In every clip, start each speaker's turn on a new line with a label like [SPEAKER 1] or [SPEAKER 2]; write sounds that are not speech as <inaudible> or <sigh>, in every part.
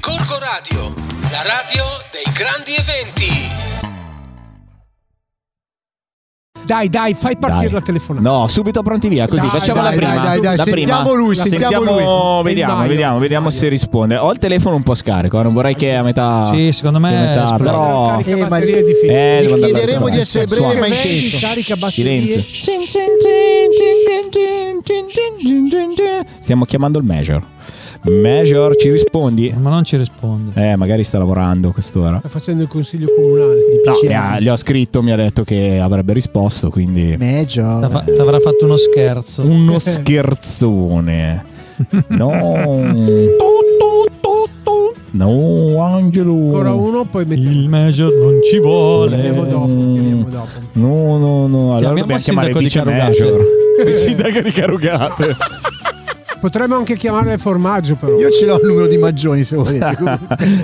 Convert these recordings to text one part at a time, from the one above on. [SPEAKER 1] Gorgo Radio, la radio dei grandi eventi.
[SPEAKER 2] Dai, dai, fai partire
[SPEAKER 3] Dai.
[SPEAKER 2] la telefonata.
[SPEAKER 3] No, subito pronti via, così
[SPEAKER 2] Dai,
[SPEAKER 3] facciamo
[SPEAKER 2] dai,
[SPEAKER 3] la prima.
[SPEAKER 2] dai,
[SPEAKER 4] dai,
[SPEAKER 3] la prima.
[SPEAKER 4] sentiamo lui,
[SPEAKER 3] La
[SPEAKER 4] sentiamo
[SPEAKER 2] lui.
[SPEAKER 3] Vediamo,
[SPEAKER 2] Il Mario.
[SPEAKER 3] vediamo, vediamo se risponde. Ho il telefono un po' scarico, eh, non vorrei che a metà
[SPEAKER 5] Sì, secondo me
[SPEAKER 3] che a Ah, metà-
[SPEAKER 5] esplode.
[SPEAKER 3] però
[SPEAKER 2] Cioè, Carica
[SPEAKER 4] Eh, ma-
[SPEAKER 2] batterie di fine.
[SPEAKER 3] eh,
[SPEAKER 4] Gli
[SPEAKER 3] devo andare
[SPEAKER 4] chiederemo
[SPEAKER 3] ancora.
[SPEAKER 4] di essere
[SPEAKER 3] Suona.
[SPEAKER 4] breve ma
[SPEAKER 2] Interventi,
[SPEAKER 4] intenso.
[SPEAKER 2] Carica batterie.
[SPEAKER 3] Silenzio. Stiamo chiamando il Major. Major, ci rispondi?
[SPEAKER 5] Ma non ci risponde.
[SPEAKER 3] Eh, magari sta lavorando a quest'ora.
[SPEAKER 2] Sta facendo il consiglio comunale.
[SPEAKER 3] No, eh,
[SPEAKER 4] Sì.
[SPEAKER 3] le ha, le ho scritto, mi ha detto che avrebbe risposto, quindi
[SPEAKER 5] T'ha
[SPEAKER 4] Major.
[SPEAKER 5] fa- T'avrà fatto uno
[SPEAKER 2] Esatto.
[SPEAKER 5] scherzo.
[SPEAKER 2] <laughs>
[SPEAKER 3] uno scherzone. No. No,
[SPEAKER 2] Ancora
[SPEAKER 3] Angelo.
[SPEAKER 2] uno, poi mettiamo.
[SPEAKER 5] Il major non ci vuole.
[SPEAKER 2] Chiamiamo dopo. Chiamiamo dopo.
[SPEAKER 3] No, no, no, allora
[SPEAKER 5] Chiamiamo
[SPEAKER 3] dobbiamo
[SPEAKER 5] il
[SPEAKER 3] chiamare il
[SPEAKER 5] sindaco di
[SPEAKER 3] vice
[SPEAKER 5] Carugate.
[SPEAKER 3] major. Il sindaco di Carugate.
[SPEAKER 2] Potremmo anche chiamarle formaggio, però.
[SPEAKER 4] Io ce l'ho il numero di Maggioni
[SPEAKER 3] <laughs>
[SPEAKER 4] se volete.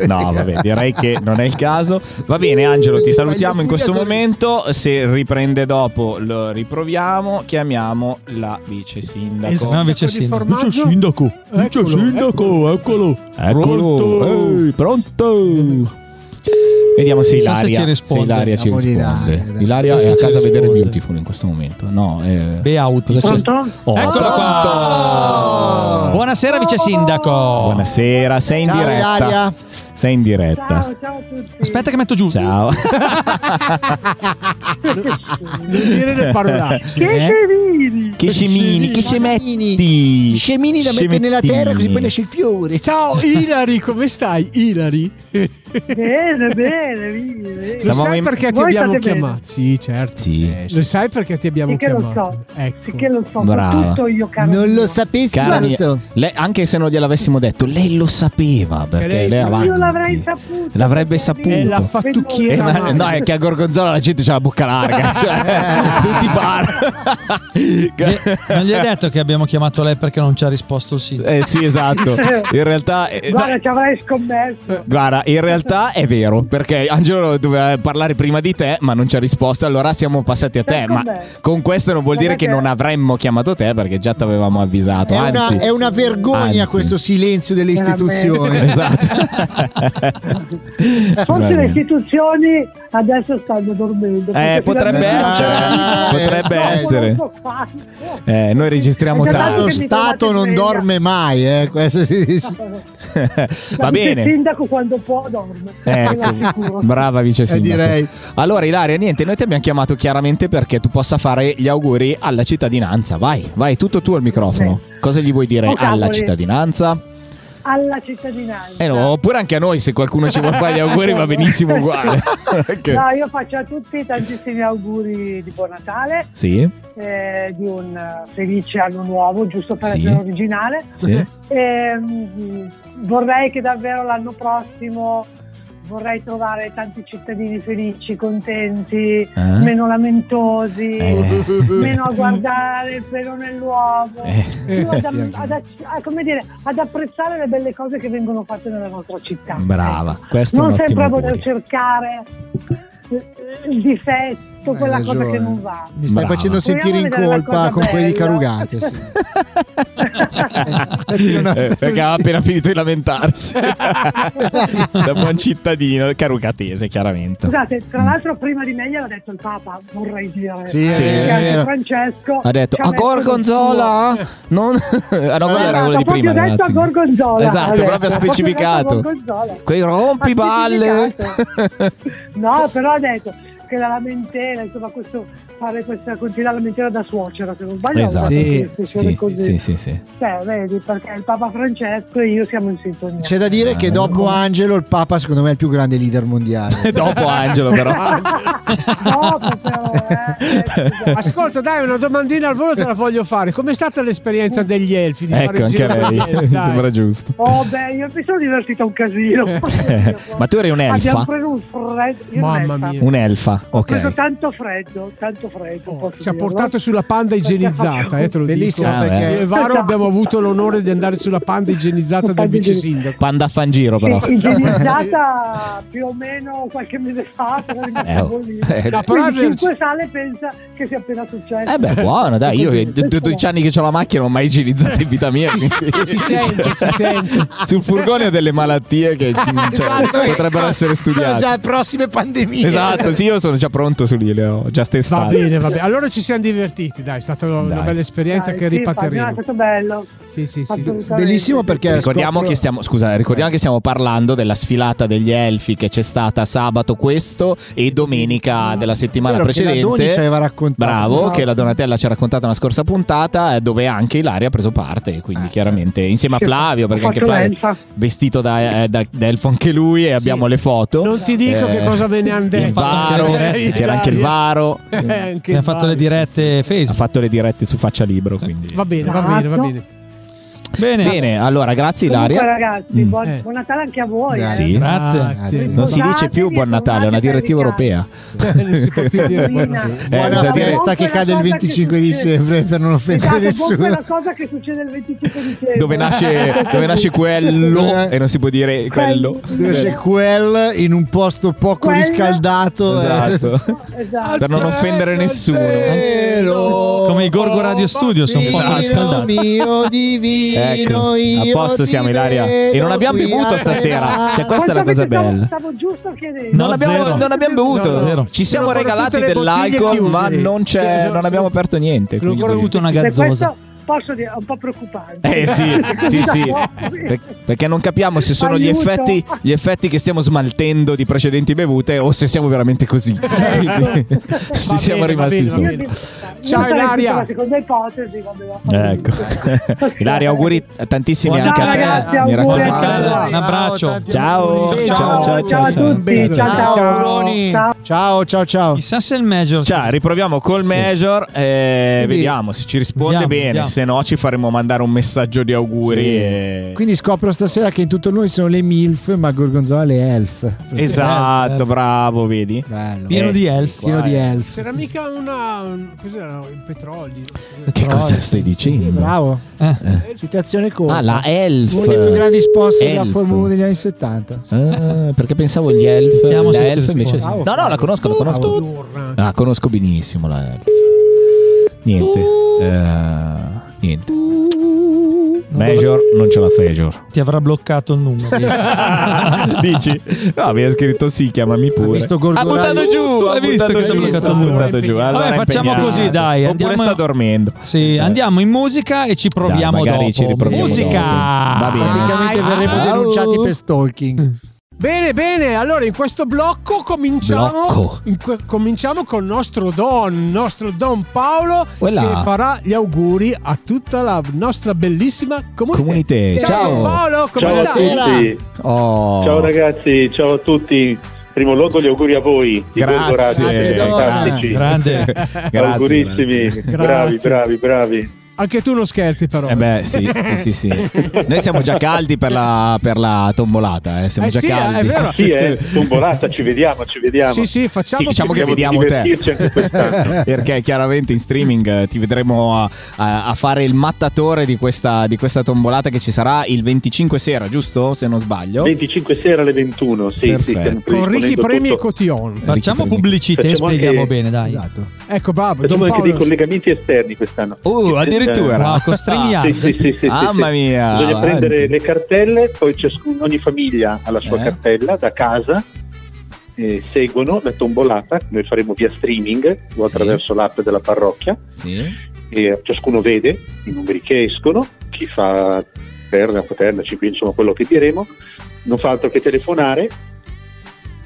[SPEAKER 3] no, vabbè, direi che non è il caso. Va bene, Angelo, ti salutiamo in questo momento. Se riprende dopo, lo riproviamo. Chiamiamo la vice
[SPEAKER 2] Esatto.
[SPEAKER 3] sindaco.
[SPEAKER 5] No, vice
[SPEAKER 2] Di
[SPEAKER 5] sindaco.
[SPEAKER 2] formaggio? Vice sindaco, vice Eccolo, sindaco,
[SPEAKER 5] eccolo.
[SPEAKER 3] Eccolo, Ehi, pronto. Vediamo se
[SPEAKER 5] Non so se
[SPEAKER 3] Ilaria
[SPEAKER 5] ci risponde.
[SPEAKER 3] Ilaria ci
[SPEAKER 4] Andiamo di
[SPEAKER 3] risponde.
[SPEAKER 4] Ilaria, dai.
[SPEAKER 3] Ilaria
[SPEAKER 5] Non so
[SPEAKER 3] è a
[SPEAKER 5] se
[SPEAKER 3] casa a
[SPEAKER 5] ci
[SPEAKER 3] vedere
[SPEAKER 5] risponde.
[SPEAKER 3] Beautiful in questo momento. No, eh,
[SPEAKER 5] Beauty.
[SPEAKER 3] cosa c'è? Oh,
[SPEAKER 5] Eccola qua.
[SPEAKER 3] Oh.
[SPEAKER 5] Ecco. Buonasera, vice sindaco.
[SPEAKER 3] Buonasera, sei in
[SPEAKER 4] Ciao,
[SPEAKER 3] diretta.
[SPEAKER 4] Ilaria.
[SPEAKER 3] Sei in diretta.
[SPEAKER 6] Ciao, ciao a tutti.
[SPEAKER 5] Aspetta che metto giù. <laughs>
[SPEAKER 3] Ciao.
[SPEAKER 2] Non dire le parolacce.
[SPEAKER 3] <laughs>
[SPEAKER 6] Che
[SPEAKER 3] Eh?
[SPEAKER 6] carini.
[SPEAKER 3] Che scemini, che scemetti.
[SPEAKER 4] Scemini da mettere nella terra così poi ne esce il fiore.
[SPEAKER 2] Ciao Ilari, come stai? Ilari?
[SPEAKER 6] Bene, bene, vieni, vieni.
[SPEAKER 2] Lo
[SPEAKER 3] Stavamo
[SPEAKER 2] sai
[SPEAKER 3] in-
[SPEAKER 2] perché ti
[SPEAKER 6] Voi
[SPEAKER 2] abbiamo
[SPEAKER 6] state bene?
[SPEAKER 2] chiamato? Sì, certo.
[SPEAKER 3] Eh, Sì.
[SPEAKER 2] Lo sai perché ti abbiamo
[SPEAKER 6] Sì che lo
[SPEAKER 2] chiamato?
[SPEAKER 6] so.
[SPEAKER 2] Ecco.
[SPEAKER 6] Sì che lo so,
[SPEAKER 3] Brava.
[SPEAKER 6] ma tutto io caro.
[SPEAKER 4] Non
[SPEAKER 6] mio.
[SPEAKER 4] lo sapessi, ma
[SPEAKER 3] Cara
[SPEAKER 4] lo
[SPEAKER 3] mia-
[SPEAKER 4] so.
[SPEAKER 3] lei- anche se non gliel'avessimo detto, lei lo sapeva perché
[SPEAKER 2] lei-
[SPEAKER 3] lei, è
[SPEAKER 2] io
[SPEAKER 3] avanti.
[SPEAKER 6] Io l'avrei saputo.
[SPEAKER 3] L'avrebbe saputo.
[SPEAKER 2] È la
[SPEAKER 3] Eh,
[SPEAKER 2] fattucchiera.
[SPEAKER 3] ma-
[SPEAKER 2] madre.
[SPEAKER 3] no, è che a Gorgonzola la gente c'ha la bocca <laughs> larga, cioè, tutti <laughs>
[SPEAKER 5] Gli-
[SPEAKER 3] par.
[SPEAKER 5] Non gli hai detto che abbiamo chiamato lei perché non ci ha risposto il sindaco.
[SPEAKER 3] eh, sì, esatto. In realtà, eh, dai, Eh,
[SPEAKER 6] Guarda, ci avrei scommesso.
[SPEAKER 3] Guarda, in realtà è vero, perché Angelo doveva parlare prima di te, ma non ci ha risposto, allora siamo passati a te. Ma
[SPEAKER 6] Secondo me.
[SPEAKER 3] con questo Ecco, non vuol dire che non avremmo chiamato te, perché già ti avevamo avvisato.
[SPEAKER 4] È una,
[SPEAKER 3] Anzi,
[SPEAKER 4] è una vergogna
[SPEAKER 3] Anzi.
[SPEAKER 4] questo silenzio delle istituzioni.
[SPEAKER 3] <laughs> Esatto. Va
[SPEAKER 6] Forse le
[SPEAKER 3] bene.
[SPEAKER 6] istituzioni adesso stanno dormendo.
[SPEAKER 3] Eh,
[SPEAKER 6] perché
[SPEAKER 3] potrebbe
[SPEAKER 6] finalmente-
[SPEAKER 4] essere.
[SPEAKER 6] Eh,
[SPEAKER 4] Potrebbe
[SPEAKER 6] dopo
[SPEAKER 3] essere.
[SPEAKER 6] non so fare.
[SPEAKER 3] Eh, noi registriamo
[SPEAKER 6] Perché
[SPEAKER 3] tardi.
[SPEAKER 4] Lo
[SPEAKER 6] mi
[SPEAKER 4] Stato
[SPEAKER 6] trovate
[SPEAKER 4] non
[SPEAKER 6] sveglia.
[SPEAKER 4] dorme mai, eh, questo si dice.
[SPEAKER 3] Va
[SPEAKER 6] Ma Il
[SPEAKER 3] bene.
[SPEAKER 6] sindaco quando può dorme. Ve lo
[SPEAKER 3] Ecco,
[SPEAKER 6] assicuro.
[SPEAKER 3] brava vice
[SPEAKER 4] Eh,
[SPEAKER 3] sindaco.
[SPEAKER 4] direi.
[SPEAKER 3] Allora Ilaria, niente, noi ti abbiamo chiamato chiaramente perché tu possa fare gli auguri alla cittadinanza. Vai, vai, tutto tu al microfono. Cosa gli vuoi dire
[SPEAKER 6] Oh,
[SPEAKER 3] alla
[SPEAKER 6] cavoli.
[SPEAKER 3] cittadinanza?
[SPEAKER 6] Alla cittadinanza.
[SPEAKER 3] Eh no, oppure anche a noi, se qualcuno ci vuole
[SPEAKER 6] <laughs>
[SPEAKER 3] fare gli auguri va benissimo uguale. <laughs>
[SPEAKER 2] Eh.
[SPEAKER 3] Perché-
[SPEAKER 6] No, io faccio a tutti tantissimi auguri di buon Natale,
[SPEAKER 3] Sì,
[SPEAKER 6] eh, di un eh, felice anno nuovo, giusto per
[SPEAKER 3] Sì.
[SPEAKER 6] essere originale.
[SPEAKER 3] sì.
[SPEAKER 6] E, mm, vorrei che davvero l'anno prossimo vorrei trovare tanti cittadini felici, contenti,
[SPEAKER 3] Eh?
[SPEAKER 6] meno lamentosi,
[SPEAKER 3] Eh.
[SPEAKER 6] meno a guardare il pelo nell'uovo.
[SPEAKER 3] Eh,
[SPEAKER 6] più Ad,
[SPEAKER 4] Eh.
[SPEAKER 6] ad ac- a- come dire, ad apprezzare le belle cose che vengono fatte nella nostra città.
[SPEAKER 3] brava, questo è
[SPEAKER 6] non
[SPEAKER 3] un ottimo
[SPEAKER 6] sempre a voler
[SPEAKER 3] augurio.
[SPEAKER 6] cercare eh, il difetto,
[SPEAKER 4] Hai
[SPEAKER 6] quella cosa
[SPEAKER 4] ragione.
[SPEAKER 6] che non va.
[SPEAKER 4] Mi stai
[SPEAKER 3] Brava.
[SPEAKER 4] facendo sentire in
[SPEAKER 6] Proviamo a vedere
[SPEAKER 4] colpa
[SPEAKER 6] la cosa
[SPEAKER 4] con quelli di
[SPEAKER 6] bella.
[SPEAKER 4] Carugate. sì.
[SPEAKER 3] <laughs>
[SPEAKER 6] <laughs>
[SPEAKER 3] Eh, perché ha appena finito di
[SPEAKER 6] <laughs>
[SPEAKER 3] lamentarsi da buon cittadino carucatese chiaramente
[SPEAKER 6] Scusate, tra l'altro prima di me gliel'ha detto il Papa, vorrei dire.
[SPEAKER 4] Sì, è
[SPEAKER 3] Sì.
[SPEAKER 4] vero,
[SPEAKER 6] Perché
[SPEAKER 4] è
[SPEAKER 6] anche
[SPEAKER 4] vero.
[SPEAKER 6] Francesco
[SPEAKER 3] ha detto
[SPEAKER 6] ci ha
[SPEAKER 3] a
[SPEAKER 6] messo del
[SPEAKER 3] Gorgonzola non <laughs> ah, no, quella era
[SPEAKER 6] Esatto,
[SPEAKER 3] quella di
[SPEAKER 6] proprio
[SPEAKER 3] prima
[SPEAKER 6] detto
[SPEAKER 3] ragazzi.
[SPEAKER 6] a Gorgonzola,
[SPEAKER 3] esatto
[SPEAKER 6] ha detto,
[SPEAKER 3] proprio ha
[SPEAKER 6] proprio
[SPEAKER 3] specificato
[SPEAKER 6] detto a Gorgonzola.
[SPEAKER 3] quei rompiballe
[SPEAKER 6] Ha specificato. suo. No, però ha detto che la lamentela, insomma, questo, fare questa continua lamentela da suocera, se non
[SPEAKER 3] <laughs>
[SPEAKER 6] sbaglio.
[SPEAKER 3] esatto
[SPEAKER 4] Sì,
[SPEAKER 6] queste
[SPEAKER 3] sì,
[SPEAKER 6] cose.
[SPEAKER 3] sì, sì,
[SPEAKER 6] <laughs>
[SPEAKER 3] sì.
[SPEAKER 6] Cioè, vedi, perché il Papa Francesco e io siamo in sintonia.
[SPEAKER 4] C'è da dire
[SPEAKER 3] Ah,
[SPEAKER 4] che dopo Angelo il Papa secondo me è il più grande leader mondiale.
[SPEAKER 3] dopo Angelo però
[SPEAKER 6] Ah, Dopo però, eh, eh, scusa.
[SPEAKER 2] Ascolta, dai, una domandina al volo te la voglio fare. Com'è stata l'esperienza degli elfi? Di fare
[SPEAKER 3] ecco
[SPEAKER 2] il
[SPEAKER 3] anche
[SPEAKER 2] giro
[SPEAKER 3] a <laughs>
[SPEAKER 2] degli
[SPEAKER 3] lei
[SPEAKER 2] elfi,
[SPEAKER 3] mi
[SPEAKER 2] dai?
[SPEAKER 3] sembra giusto
[SPEAKER 6] Oh beh, io mi sono divertito un casino.
[SPEAKER 3] Eh, ma tu eri un'elfa
[SPEAKER 6] Abbiamo preso un freddo. io
[SPEAKER 2] Mamma
[SPEAKER 6] un'elfa.
[SPEAKER 2] mia. Oh,
[SPEAKER 3] un'elfa Ah,
[SPEAKER 6] Preso
[SPEAKER 3] ok.
[SPEAKER 6] tanto freddo, tanto freddo. posso
[SPEAKER 2] ci ha
[SPEAKER 6] dirlo.
[SPEAKER 2] portato sulla panda igienizzata, eh, te lo
[SPEAKER 4] Bellissimo
[SPEAKER 2] dico.
[SPEAKER 3] Ah, beh.
[SPEAKER 2] Io e
[SPEAKER 4] perché
[SPEAKER 2] Varo abbiamo avuto l'onore di andare sulla panda igienizzata del vice sindaco.
[SPEAKER 3] Panda a fangiro
[SPEAKER 6] Sì,
[SPEAKER 3] però.
[SPEAKER 6] igienizzata più o meno qualche mese fa. però in
[SPEAKER 3] Eh, oh.
[SPEAKER 6] Bolivia.
[SPEAKER 3] Eh,
[SPEAKER 2] No, però-
[SPEAKER 6] Quindi Cinque sale pensa che sia appena successo.
[SPEAKER 3] eh beh, buono, dai, io che d- d- 12 anni che ho la macchina non ho mai igienizzato in vita
[SPEAKER 4] <laughs>
[SPEAKER 3] mia. quindi-
[SPEAKER 2] Si sente, si sente.
[SPEAKER 3] Sul furgone ho delle malattie che ci- <laughs> cioè,
[SPEAKER 4] Esatto, eh.
[SPEAKER 3] potrebbero essere
[SPEAKER 4] sono
[SPEAKER 3] studiate.
[SPEAKER 4] già prossime pandemie.
[SPEAKER 3] Esatto, sì, io sono già pronto su lì, le ho già
[SPEAKER 2] Va
[SPEAKER 3] testato.
[SPEAKER 2] bene, va bene. Allora ci siamo divertiti, dai, è stata una
[SPEAKER 3] Dai.
[SPEAKER 2] bella esperienza
[SPEAKER 6] Dai,
[SPEAKER 2] che
[SPEAKER 6] sì, Fabio, È
[SPEAKER 2] ripateremo.
[SPEAKER 6] stato bello.
[SPEAKER 2] Sì, sì, sì.
[SPEAKER 6] Assolutamente.
[SPEAKER 4] Bellissimo perché
[SPEAKER 3] Ricordiamo
[SPEAKER 4] scopro-
[SPEAKER 3] che, stiamo, scusa, ricordiamo che stiamo parlando della sfilata degli elfi che c'è stata sabato questo e domenica della settimana
[SPEAKER 4] Vero, che la
[SPEAKER 3] precedente.
[SPEAKER 4] Doni ci aveva raccontato.
[SPEAKER 3] Bravo,
[SPEAKER 4] Bravo.
[SPEAKER 3] che la Donatella ci ha raccontato nella scorsa puntata, eh, dove anche Ilaria ha preso parte, quindi
[SPEAKER 4] Eh,
[SPEAKER 3] chiaramente insieme a Flavio, perché anche
[SPEAKER 6] Faccio
[SPEAKER 3] Flavio
[SPEAKER 6] l'elfa.
[SPEAKER 3] vestito da, eh, da- da elfo anche lui e abbiamo le foto.
[SPEAKER 2] Non ti dico
[SPEAKER 3] Eh,
[SPEAKER 2] che cosa ve ne hanno detto.
[SPEAKER 3] Il Varo,
[SPEAKER 2] <laughs> Eh,
[SPEAKER 3] c'era anche il Varo,
[SPEAKER 2] <laughs> eh,
[SPEAKER 3] ha
[SPEAKER 2] anche il
[SPEAKER 5] Abbiamo fatto
[SPEAKER 2] Varo,
[SPEAKER 5] le dirette Facebook.
[SPEAKER 3] fatto le dirette su Faccia Libro, quindi...
[SPEAKER 2] sì. Va bene, va bene, va bene.
[SPEAKER 5] Bene.
[SPEAKER 3] Bene, allora grazie
[SPEAKER 6] Comunque,
[SPEAKER 3] Ilaria.
[SPEAKER 6] ragazzi,
[SPEAKER 3] Mm.
[SPEAKER 6] buon,
[SPEAKER 2] Eh.
[SPEAKER 6] buon Natale anche a voi. eh.
[SPEAKER 3] Sì.
[SPEAKER 5] Grazie.
[SPEAKER 2] Ah,
[SPEAKER 4] Grazie.
[SPEAKER 3] Non si dice più Buon Natale, è una direttiva
[SPEAKER 2] <laughs>
[SPEAKER 3] europea.
[SPEAKER 2] Non si può più dire.
[SPEAKER 6] Buona
[SPEAKER 2] Eh,
[SPEAKER 4] Buona
[SPEAKER 3] bisogna dire-
[SPEAKER 4] festa che cade il 25 dicembre per non offendere
[SPEAKER 6] Esatto, comunque è
[SPEAKER 4] nessuno.
[SPEAKER 6] la cosa che succede il 25 dicembre.
[SPEAKER 3] Dove
[SPEAKER 6] <laughs>
[SPEAKER 3] nasce, dove nasce quello e non si può dire quello.
[SPEAKER 4] Dove c'è quel in un posto poco
[SPEAKER 6] Quel-
[SPEAKER 4] riscaldato. eh.
[SPEAKER 3] Esatto.
[SPEAKER 6] Esatto.
[SPEAKER 3] Per non offendere nessuno.
[SPEAKER 4] Cielo,
[SPEAKER 5] Come i Gorgo Radio Studio, sono un po'
[SPEAKER 4] bambino
[SPEAKER 5] riscaldati.
[SPEAKER 3] <laughs>
[SPEAKER 4] mio divino,
[SPEAKER 3] Ecco, a
[SPEAKER 4] io
[SPEAKER 3] posto siamo,
[SPEAKER 4] ti
[SPEAKER 3] Ilaria.
[SPEAKER 4] vedo
[SPEAKER 3] E non abbiamo
[SPEAKER 4] qui
[SPEAKER 3] bevuto
[SPEAKER 4] a
[SPEAKER 3] stasera. Cioè,
[SPEAKER 4] Milano.
[SPEAKER 3] questa è la
[SPEAKER 6] Quanto
[SPEAKER 3] cosa
[SPEAKER 6] avete- stavo-
[SPEAKER 3] bella.
[SPEAKER 6] Stavo giusto chiedendo.
[SPEAKER 5] No,
[SPEAKER 3] Non abbiamo,
[SPEAKER 5] zero.
[SPEAKER 3] non abbiamo bevuto.
[SPEAKER 5] No, zero.
[SPEAKER 3] Ci siamo
[SPEAKER 2] Sono ancora
[SPEAKER 3] regalati
[SPEAKER 2] tutte le
[SPEAKER 3] dell'alcol,
[SPEAKER 2] bottiglie
[SPEAKER 3] ma
[SPEAKER 2] chiuse.
[SPEAKER 3] non, c'è,
[SPEAKER 2] Sì,
[SPEAKER 3] non abbiamo aperto niente.
[SPEAKER 2] L'ho
[SPEAKER 3] quindi-
[SPEAKER 2] ancora
[SPEAKER 5] Tutta una
[SPEAKER 6] Per questo
[SPEAKER 5] gazzosa.
[SPEAKER 6] posso dire, è un po' preoccupante.
[SPEAKER 3] Eh
[SPEAKER 6] <laughs>
[SPEAKER 3] sì, sì, sì. Per- perché non capiamo se sono gli
[SPEAKER 6] Aiuto.
[SPEAKER 3] effetti, gli effetti che stiamo smaltendo di precedenti bevute o se siamo veramente così. Quindi, <laughs> ci
[SPEAKER 2] Va
[SPEAKER 3] siamo
[SPEAKER 2] bene,
[SPEAKER 3] rimasti
[SPEAKER 2] va
[SPEAKER 3] su.
[SPEAKER 2] bene, Ciao,
[SPEAKER 6] Ciao
[SPEAKER 2] Ilaria.
[SPEAKER 6] Ilaria. La seconda ipotesi, vabbè, la faccio
[SPEAKER 3] Ecco.
[SPEAKER 6] <laughs> io.
[SPEAKER 3] Ilaria, auguri tantissimi
[SPEAKER 5] Buon
[SPEAKER 3] anche a te.
[SPEAKER 6] Natale, ragazzi,
[SPEAKER 3] Mi
[SPEAKER 6] auguri.
[SPEAKER 3] raccomando.
[SPEAKER 5] Un abbraccio.
[SPEAKER 4] tanti
[SPEAKER 3] Ciao,
[SPEAKER 4] auguri.
[SPEAKER 3] ciao,
[SPEAKER 6] Ciao, ciao, a
[SPEAKER 3] ciao.
[SPEAKER 6] tutti. Ciao, ciao.
[SPEAKER 4] Auroni.
[SPEAKER 6] Ciao.
[SPEAKER 4] Ciao, ciao, ciao.
[SPEAKER 5] Chissà se il Major
[SPEAKER 3] Ciao, riproviamo col Major. eh,
[SPEAKER 4] Quindi-
[SPEAKER 3] vediamo se ci risponde
[SPEAKER 5] Vediamo,
[SPEAKER 3] bene.
[SPEAKER 5] vediamo.
[SPEAKER 3] Se no, ci faremo mandare un messaggio di auguri. e-
[SPEAKER 4] Quindi scopro stasera che in tutto noi sono le MILF, ma Gorgonzola le Elf.
[SPEAKER 3] Esatto,
[SPEAKER 5] Eh, eh.
[SPEAKER 3] bravo, vedi?
[SPEAKER 4] Bello.
[SPEAKER 5] Pieno
[SPEAKER 3] Eh,
[SPEAKER 5] di
[SPEAKER 3] sì,
[SPEAKER 5] elf.
[SPEAKER 3] qua
[SPEAKER 4] Pieno
[SPEAKER 3] è-
[SPEAKER 4] di Elf.
[SPEAKER 2] C'era mica una. un- Cos'era? Il petrolio.
[SPEAKER 3] Che
[SPEAKER 5] Troia.
[SPEAKER 3] cosa stai dicendo?
[SPEAKER 4] Bravo.
[SPEAKER 5] Eh.
[SPEAKER 4] Citazione colta.
[SPEAKER 3] Ah, la
[SPEAKER 4] Uno dei più
[SPEAKER 3] Elf.
[SPEAKER 4] grandi sponsor della
[SPEAKER 3] Elf.
[SPEAKER 4] Formula 1 degli anni 70.
[SPEAKER 3] Ah, perché pensavo gli Elf.
[SPEAKER 5] Vediamo
[SPEAKER 3] la
[SPEAKER 5] se ci
[SPEAKER 3] elf invece sì. No,
[SPEAKER 5] risponde.
[SPEAKER 3] no, la conosco, la conosco.
[SPEAKER 2] Allora.
[SPEAKER 3] La conosco benissimo la Elf. Niente. eh, niente. Major, non ce la Major.
[SPEAKER 5] ti avrà bloccato il numero.
[SPEAKER 3] <laughs> Dici? No, mi ha scritto sì, chiamami pure.
[SPEAKER 4] Ha visto Gorgonzola?
[SPEAKER 5] Ah,
[SPEAKER 3] giù,
[SPEAKER 5] Hai visto che ti ha bloccato il numero?
[SPEAKER 3] buttato giù. Allora
[SPEAKER 5] Vabbè,
[SPEAKER 3] è
[SPEAKER 5] facciamo
[SPEAKER 3] impegnato.
[SPEAKER 5] così, dai,
[SPEAKER 3] Oppure
[SPEAKER 5] andiamo-
[SPEAKER 3] sta dormendo.
[SPEAKER 5] Sì,
[SPEAKER 3] Eh,
[SPEAKER 5] andiamo in musica e ci proviamo
[SPEAKER 3] magari
[SPEAKER 5] dopo.
[SPEAKER 3] ci riproviamo
[SPEAKER 5] musica!
[SPEAKER 3] dopo. Va bene.
[SPEAKER 4] Praticamente
[SPEAKER 2] Ah,
[SPEAKER 4] verremo
[SPEAKER 2] ah,
[SPEAKER 4] denunciati per stalking.
[SPEAKER 2] Bene, bene, allora in questo blocco cominciamo,
[SPEAKER 3] Blocco.
[SPEAKER 2] in que- cominciamo col nostro Don, il nostro Don Paolo
[SPEAKER 3] Quella.
[SPEAKER 2] che farà gli auguri a tutta la nostra bellissima comunità.
[SPEAKER 3] Comunità,
[SPEAKER 2] Ciao,
[SPEAKER 3] ciao.
[SPEAKER 2] Don Paolo, come
[SPEAKER 7] Ciao a
[SPEAKER 2] stai?
[SPEAKER 7] tutti,
[SPEAKER 3] Oh.
[SPEAKER 7] ciao ragazzi, ciao a tutti. Primo luogo gli auguri a voi, di
[SPEAKER 3] Grazie,
[SPEAKER 7] Gorgo Radio,
[SPEAKER 4] grazie, Donna.
[SPEAKER 7] fantastici,
[SPEAKER 3] <laughs>
[SPEAKER 5] Grande.
[SPEAKER 3] <laughs> Grazie,
[SPEAKER 7] augurissimi,
[SPEAKER 3] grazie.
[SPEAKER 7] bravi, bravi, bravi.
[SPEAKER 2] Anche tu non scherzi però.
[SPEAKER 3] Eh beh,
[SPEAKER 2] <laughs>
[SPEAKER 3] sì, sì, sì, sì. Noi siamo già caldi per la, per la tombolata, eh. siamo
[SPEAKER 2] Eh
[SPEAKER 3] già
[SPEAKER 2] sì,
[SPEAKER 3] caldi.
[SPEAKER 2] è vero.
[SPEAKER 7] Sì, eh, tombolata, ci vediamo, ci vediamo.
[SPEAKER 2] Sì, sì, facciamo
[SPEAKER 3] Sì, diciamo che
[SPEAKER 7] Dobbiamo
[SPEAKER 3] vediamo te.
[SPEAKER 7] divertirci anche quest'anno.
[SPEAKER 3] <laughs> Perché chiaramente in streaming eh, ti vedremo a, a- a fare il mattatore di questa, di questa tombolata che ci sarà il 25 sera, giusto? Se non sbaglio.
[SPEAKER 7] 25 sera alle 21, sì, sì,
[SPEAKER 3] Perfetto.
[SPEAKER 7] stiamo qui
[SPEAKER 2] con ricchi
[SPEAKER 7] ponendo
[SPEAKER 2] premi e
[SPEAKER 7] tutto.
[SPEAKER 2] cotillon.
[SPEAKER 3] Diciamo
[SPEAKER 5] Facciamo pubblicità e
[SPEAKER 7] Facciamo anche-
[SPEAKER 5] spieghiamo bene, dai.
[SPEAKER 4] Esatto.
[SPEAKER 2] Ecco, bravo, Don
[SPEAKER 7] Facciamo anche dei
[SPEAKER 2] Paolo.
[SPEAKER 7] collegamenti esterni quest'anno.
[SPEAKER 3] Uh, addirittura. Ah,
[SPEAKER 5] Wow, con streaming
[SPEAKER 7] Sì, sì, sì, sì, sì,
[SPEAKER 3] Mamma
[SPEAKER 7] sì.
[SPEAKER 3] mia.
[SPEAKER 7] Bisogna
[SPEAKER 3] avanti.
[SPEAKER 7] prendere le cartelle, poi ciascuno, ogni famiglia ha la sua
[SPEAKER 3] Eh.
[SPEAKER 7] cartella da casa, eh, seguono la tombolata, noi faremo via streaming o
[SPEAKER 3] Sì.
[SPEAKER 7] attraverso l'app della parrocchia,
[SPEAKER 3] Sì.
[SPEAKER 7] e ciascuno vede i numeri che escono, chi fa terna, quaterna, cinque, insomma quello che diremo, non fa altro che telefonare,